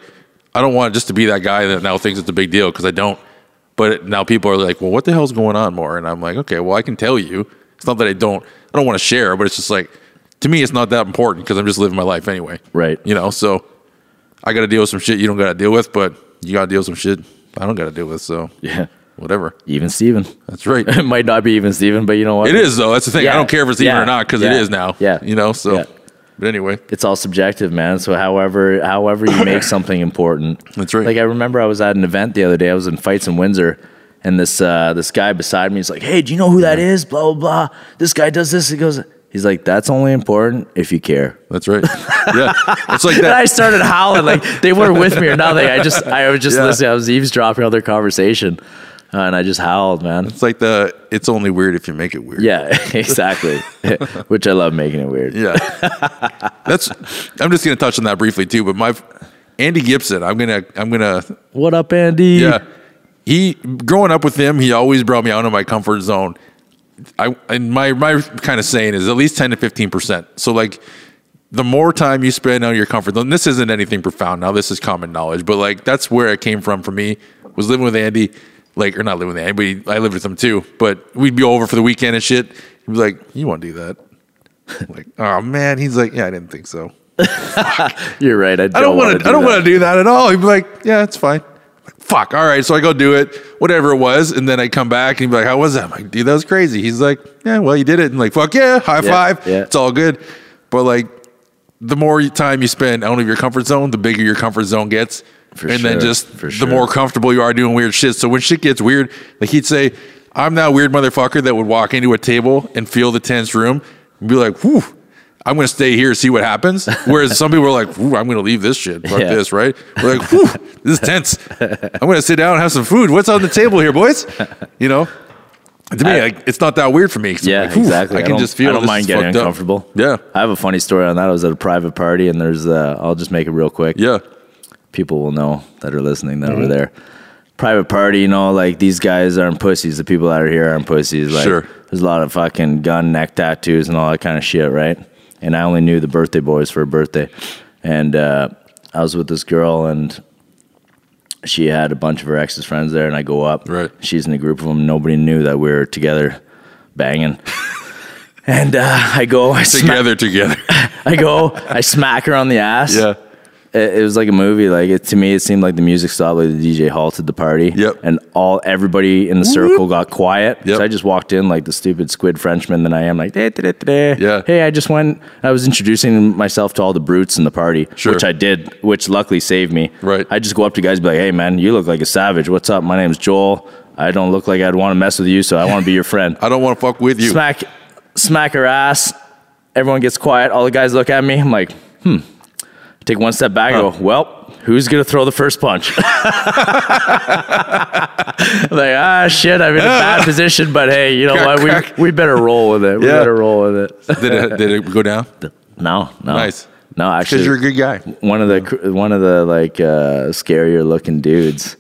I don't want just to be that guy that now thinks it's a big deal because I don't. But it, now people are like, well, what the hell's going on more? And I'm like, okay, well, I can tell you. It's not that I don't. I don't want to share, but it's just like, to me, it's not that important because I'm just living my life anyway. Right. You know. So I got to deal with some shit you don't got to deal with, but you got to deal with some shit I don't got to deal with. So Yeah. whatever. Even Steven. That's right. it might not be even Steven, but you know what? It is though. That's the thing. I Yeah. don't care if it's even Yeah. or not because Yeah. it is now. Yeah. You know. So, Yeah. but anyway, it's all subjective, man. So however however you make something important. That's right. Like I remember I was at an event the other day. I was in fights in Windsor and this uh, this guy beside me is like, "Hey, do you know who that is?" blah blah blah. This guy does this. He goes He's like, that's only important if you care. that's right. yeah. It's like And I that. started howling like they weren't with me or nothing. I just, I was just Yeah. listening. I was eavesdropping on their conversation, uh, and I just howled, man. It's like the. It's only weird if you make it weird. Yeah, exactly. Which I love making it weird. Yeah. that's. I'm just gonna touch on that briefly too. But my Andy Gibson. I'm gonna. I'm gonna What up, Andy? yeah. He growing up with him, he always brought me out of my comfort zone. I and my my kind of saying is at least ten to fifteen percent. So like the more time you spend out of your comfort zone, this isn't anything profound now, this is common knowledge, but like that's where it came from for me. Was living with Andy, like or not living with Andy, but I lived with him too. But we'd be over for the weekend and shit. He'd be like, You wanna do that? I'm like, oh man, he's like, Yeah, I didn't think so. You're right. I I don't want wanna to. I don't that. want to do that at all. He'd be like, "Yeah, it's fine." Like, Fuck. All right. So I go do it, whatever it was, and then I come back and he'd be like, "How was that?" I'm like, "Dude, that was crazy." He's like, "Yeah, well, you did it." And like, "Fuck yeah, high Yeah, five. yeah. It's all good." But like, the more you- time you spend out of your comfort zone, the bigger your comfort zone gets, For and then sure, just for the sure. more comfortable you are doing weird shit. So when shit gets weird, like he'd say, "I'm that weird motherfucker that would walk into a table and feel the tense room and be like, whew." I'm going to stay here and see what happens. Whereas some people are like, Ooh, I'm going to leave this shit. Fuck Yeah. this, right? We're like, Whew, this is tense. I'm going to sit down and have some food. What's on the table here, boys? You know? To me, I- like, it's not that weird for me. 'cause I'm Yeah, like, "Whew, exactly. I can don't- just feel I don't this mind is getting fucked up." uncomfortable. Yeah. I have a funny story on that. I was at a private party, and there's. Uh, I'll just make it real quick. Yeah. People will know that are listening that were there. Private party, you know, like these guys aren't pussies. The people that are here aren't pussies. Like, Sure. there's a lot of fucking gun neck tattoos and all that kind of shit, right? And I only knew the birthday boys for a birthday, and uh, I was with this girl, and she had a bunch of her ex's friends there, and I go up. Right. She's in a group of them. Nobody knew that we were together, banging. and uh, I go, I, sma- Together, together. I go, I smack her on the ass. yeah. It, it was like a movie. Like it, to me, it seemed like the music stopped. Like the DJ halted the party. Yep. And all everybody in the circle got quiet. Yep. So I just walked in like the stupid squid Frenchman that I am. Like, "Da, da, da, da, da." Yeah. Hey, I just went. I was introducing myself to all the brutes in the party, Sure. which I did, which luckily saved me. Right. I just go up to guys, and be like, "Hey, man, you look like a savage. What's up? My name's Joel. I don't look like I'd want to mess with you, so I want to be your friend." I don't want to fuck with you. smack smack her ass. Everyone gets quiet. All the guys look at me. I'm like, hmm. Take one step back. and I go, well, who's gonna throw the first punch? like, ah, shit. I'm in a bad position, but hey, you know what? We we better roll with it. We Yeah. better roll with it. Did it, did it go down? No, no, Nice. No, actually, Because you're a good guy. one of the cr- one of the like uh, scarier looking dudes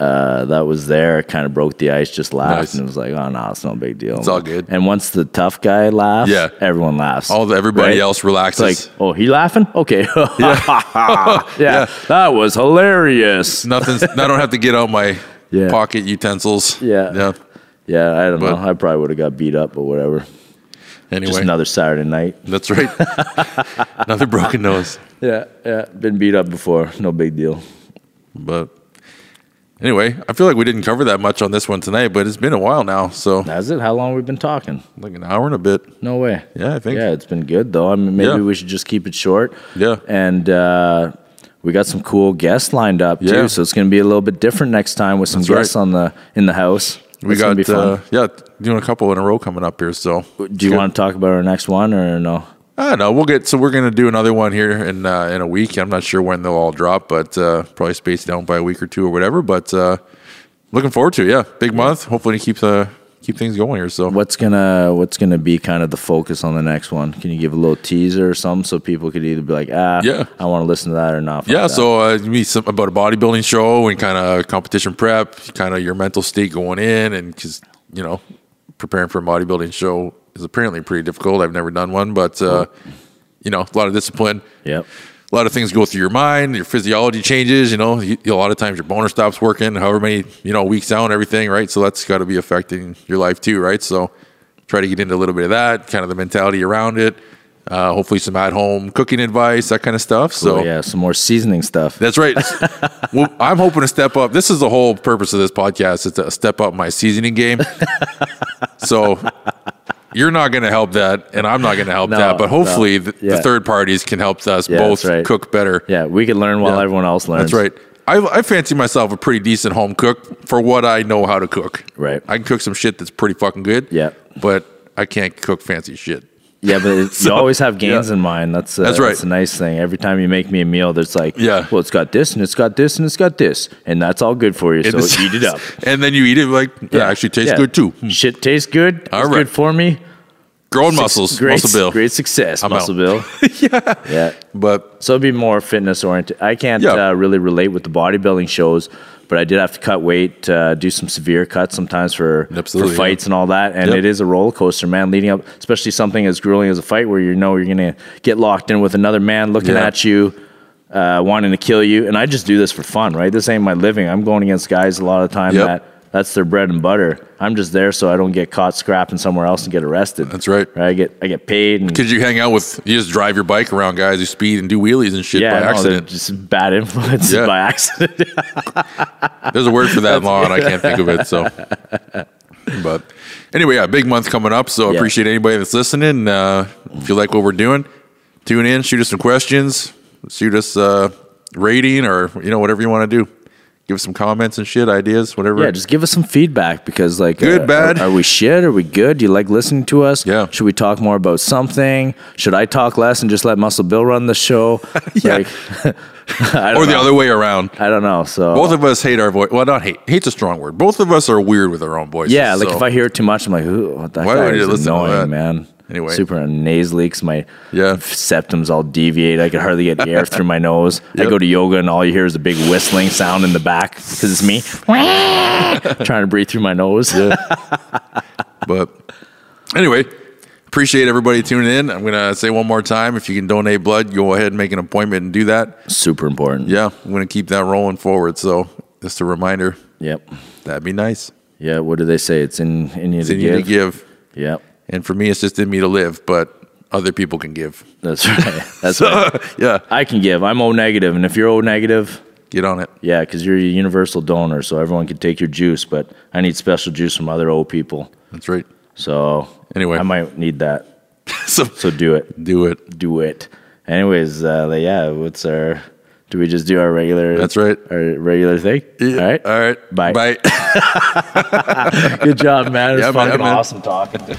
uh, that was there kind of broke the ice, just laughed, Nice. and was like, "Oh no, it's no big deal. It's all good. And once the tough guy laughs, Yeah. everyone laughs. All the, everybody right? else It's relaxes. like, oh, he laughing? Okay, yeah. Yeah. that was hilarious. Nothing's. I don't have to get out my Yeah. pocket utensils. Yeah. Yeah. Yeah, I don't But- know. I probably would have got beat up, but whatever. Anyway, Just another Saturday night. that's right. Another broken nose. Yeah, yeah. Been beat up before. No big deal. But anyway, I feel like we didn't cover that much on this one tonight, but it's been a while now, so That's it. How long we've been talking? like an hour and a bit. No way. Yeah, I think. Yeah, it's been good though. I mean, maybe Yeah. we should just keep it short. Yeah. And uh, we got some cool guests lined up Yeah. too, so it's going to be a little bit different next time with some That's guests right. on the in the house. We It's gonna be got fun. uh, yeah, doing a couple in a row coming up here. So Do you want to talk about our next one or no? I don't know. We'll get so we're gonna do another one here in uh, in a week. I'm not sure when they'll all drop, but uh, probably spaced down by a week or two or whatever. But uh, looking forward to it, yeah, big month. Hopefully to keep the keep things going here. So What's gonna What's gonna be kind of the focus on the next one? Can you give a little teaser or something so people could either be like, ah, Yeah. I want to listen to that or not? Fuck yeah, that. so uh, me some about a bodybuilding show and kind of competition prep, kind of your mental state going in, and because you know preparing for a bodybuilding show is apparently pretty difficult. I've never done one, but uh, you know a lot of discipline. yep. a lot of things go through your mind your physiology changes you know you, a lot of times your boner stops working however many you know weeks out and everything right so that's got to be affecting your life too right so try to get into a little bit of that kind of the mentality around it uh, hopefully some at home cooking advice that kind of stuff so So yeah, some more seasoning stuff. that's right. well, I'm hoping to step up. This is the whole purpose of this podcast: is to step up my seasoning game. so you're not going to help that, and I'm not going to help No, that. But no. hopefully, the, the Yeah. third parties can help us Yeah, both that's right. cook better. yeah, we could learn while Yeah. everyone else learns. That's right. I, I fancy myself a pretty decent home cook for what I know how to cook. Right. I can cook some shit that's pretty fucking good. Yeah. But I can't cook fancy shit. Yeah, but it's, So, you always have gains yeah. in mind. That's uh, That's right. That's a nice thing. Every time you make me a meal, there's like, Yeah. well, it's got this and it's got this and it's got this, and that's all good for you. So it's- eat it up. And then you eat it like, yeah, actually tastes Yeah. good too. Hmm. Shit tastes good. All it's right. good for me. Growing muscles, great, muscle bill. Great success, I'm muscle bill. yeah, yeah. But So it'd be more fitness oriented. I can't Yeah. uh, really relate with the bodybuilding shows, but I did have to cut weight, uh, do some severe cuts sometimes for, for Absolutely, yeah. fights and all that. And Yep. it is a roller coaster, man, leading up, especially something as grueling as a fight where you know you're going to get locked in with another man looking Yeah. at you, uh, wanting to kill you. And I just do this for fun, right? This ain't my living. I'm going against guys a lot of the time Yep. that that's their bread and butter. I'm just there so I don't get caught scrapping somewhere else and get arrested. That's right. I get I get paid and Because you hang out with, you just drive your bike around guys who speed and do wheelies and shit by no, they're accident. just bad influences Yeah. by accident. There's a word for that in law, and I can't think of it. So, but anyway, yeah, big month coming up. So, I Yeah. appreciate anybody that's listening. Uh, if you like what we're doing, tune in, shoot us some questions, shoot us uh, rating, or you know whatever you want to do. Give us some comments and shit, ideas, whatever. Yeah, just give us some feedback because, like, Good, uh, bad. Are, are we shit? Are we good? Do you like listening to us? Yeah. Should we talk more about something? Should I talk less and just let Muscle Bill run the show? Yeah. Like, or the other way around. I don't know. So Both of us hate our voice. Well, not hate. Hate's a strong word. Both of us are weird with our own voices. yeah, like so- if I hear it too much, I'm like, ooh, what that Why guy would you is listen to annoying, that? man. Anyway. super nasal leaks. My Yeah. septum's all deviate. I could hardly get air through my nose. I Yep. go to yoga and all you hear is a big whistling sound in the back because it's me trying to breathe through my nose. But anyway, appreciate everybody tuning in. I'm gonna say one more time: if you can donate blood, go ahead and make an appointment and do that. Super important. Yeah, I'm gonna keep that rolling forward. So just a reminder, Yep. that'd be nice. Yeah. What do they say? It's in in you, It's to, in you give. to give, Yep. and for me, it's just in me to live. But other people can give. That's right. That's right. yeah, I can give. I'm O negative, and if you're O negative, get on it. yeah, because you're a universal donor, so everyone can take your juice. But I need special juice from other O people. That's right. So Anyway. I might need that. So So do it. do it. Do it. Anyways, uh, like, yeah. What's our? Do we just do our regular? That's right. Our regular thing. All right. All right. Bye. Bye. Good job, man. It was Yeah, man, fucking man. awesome talking.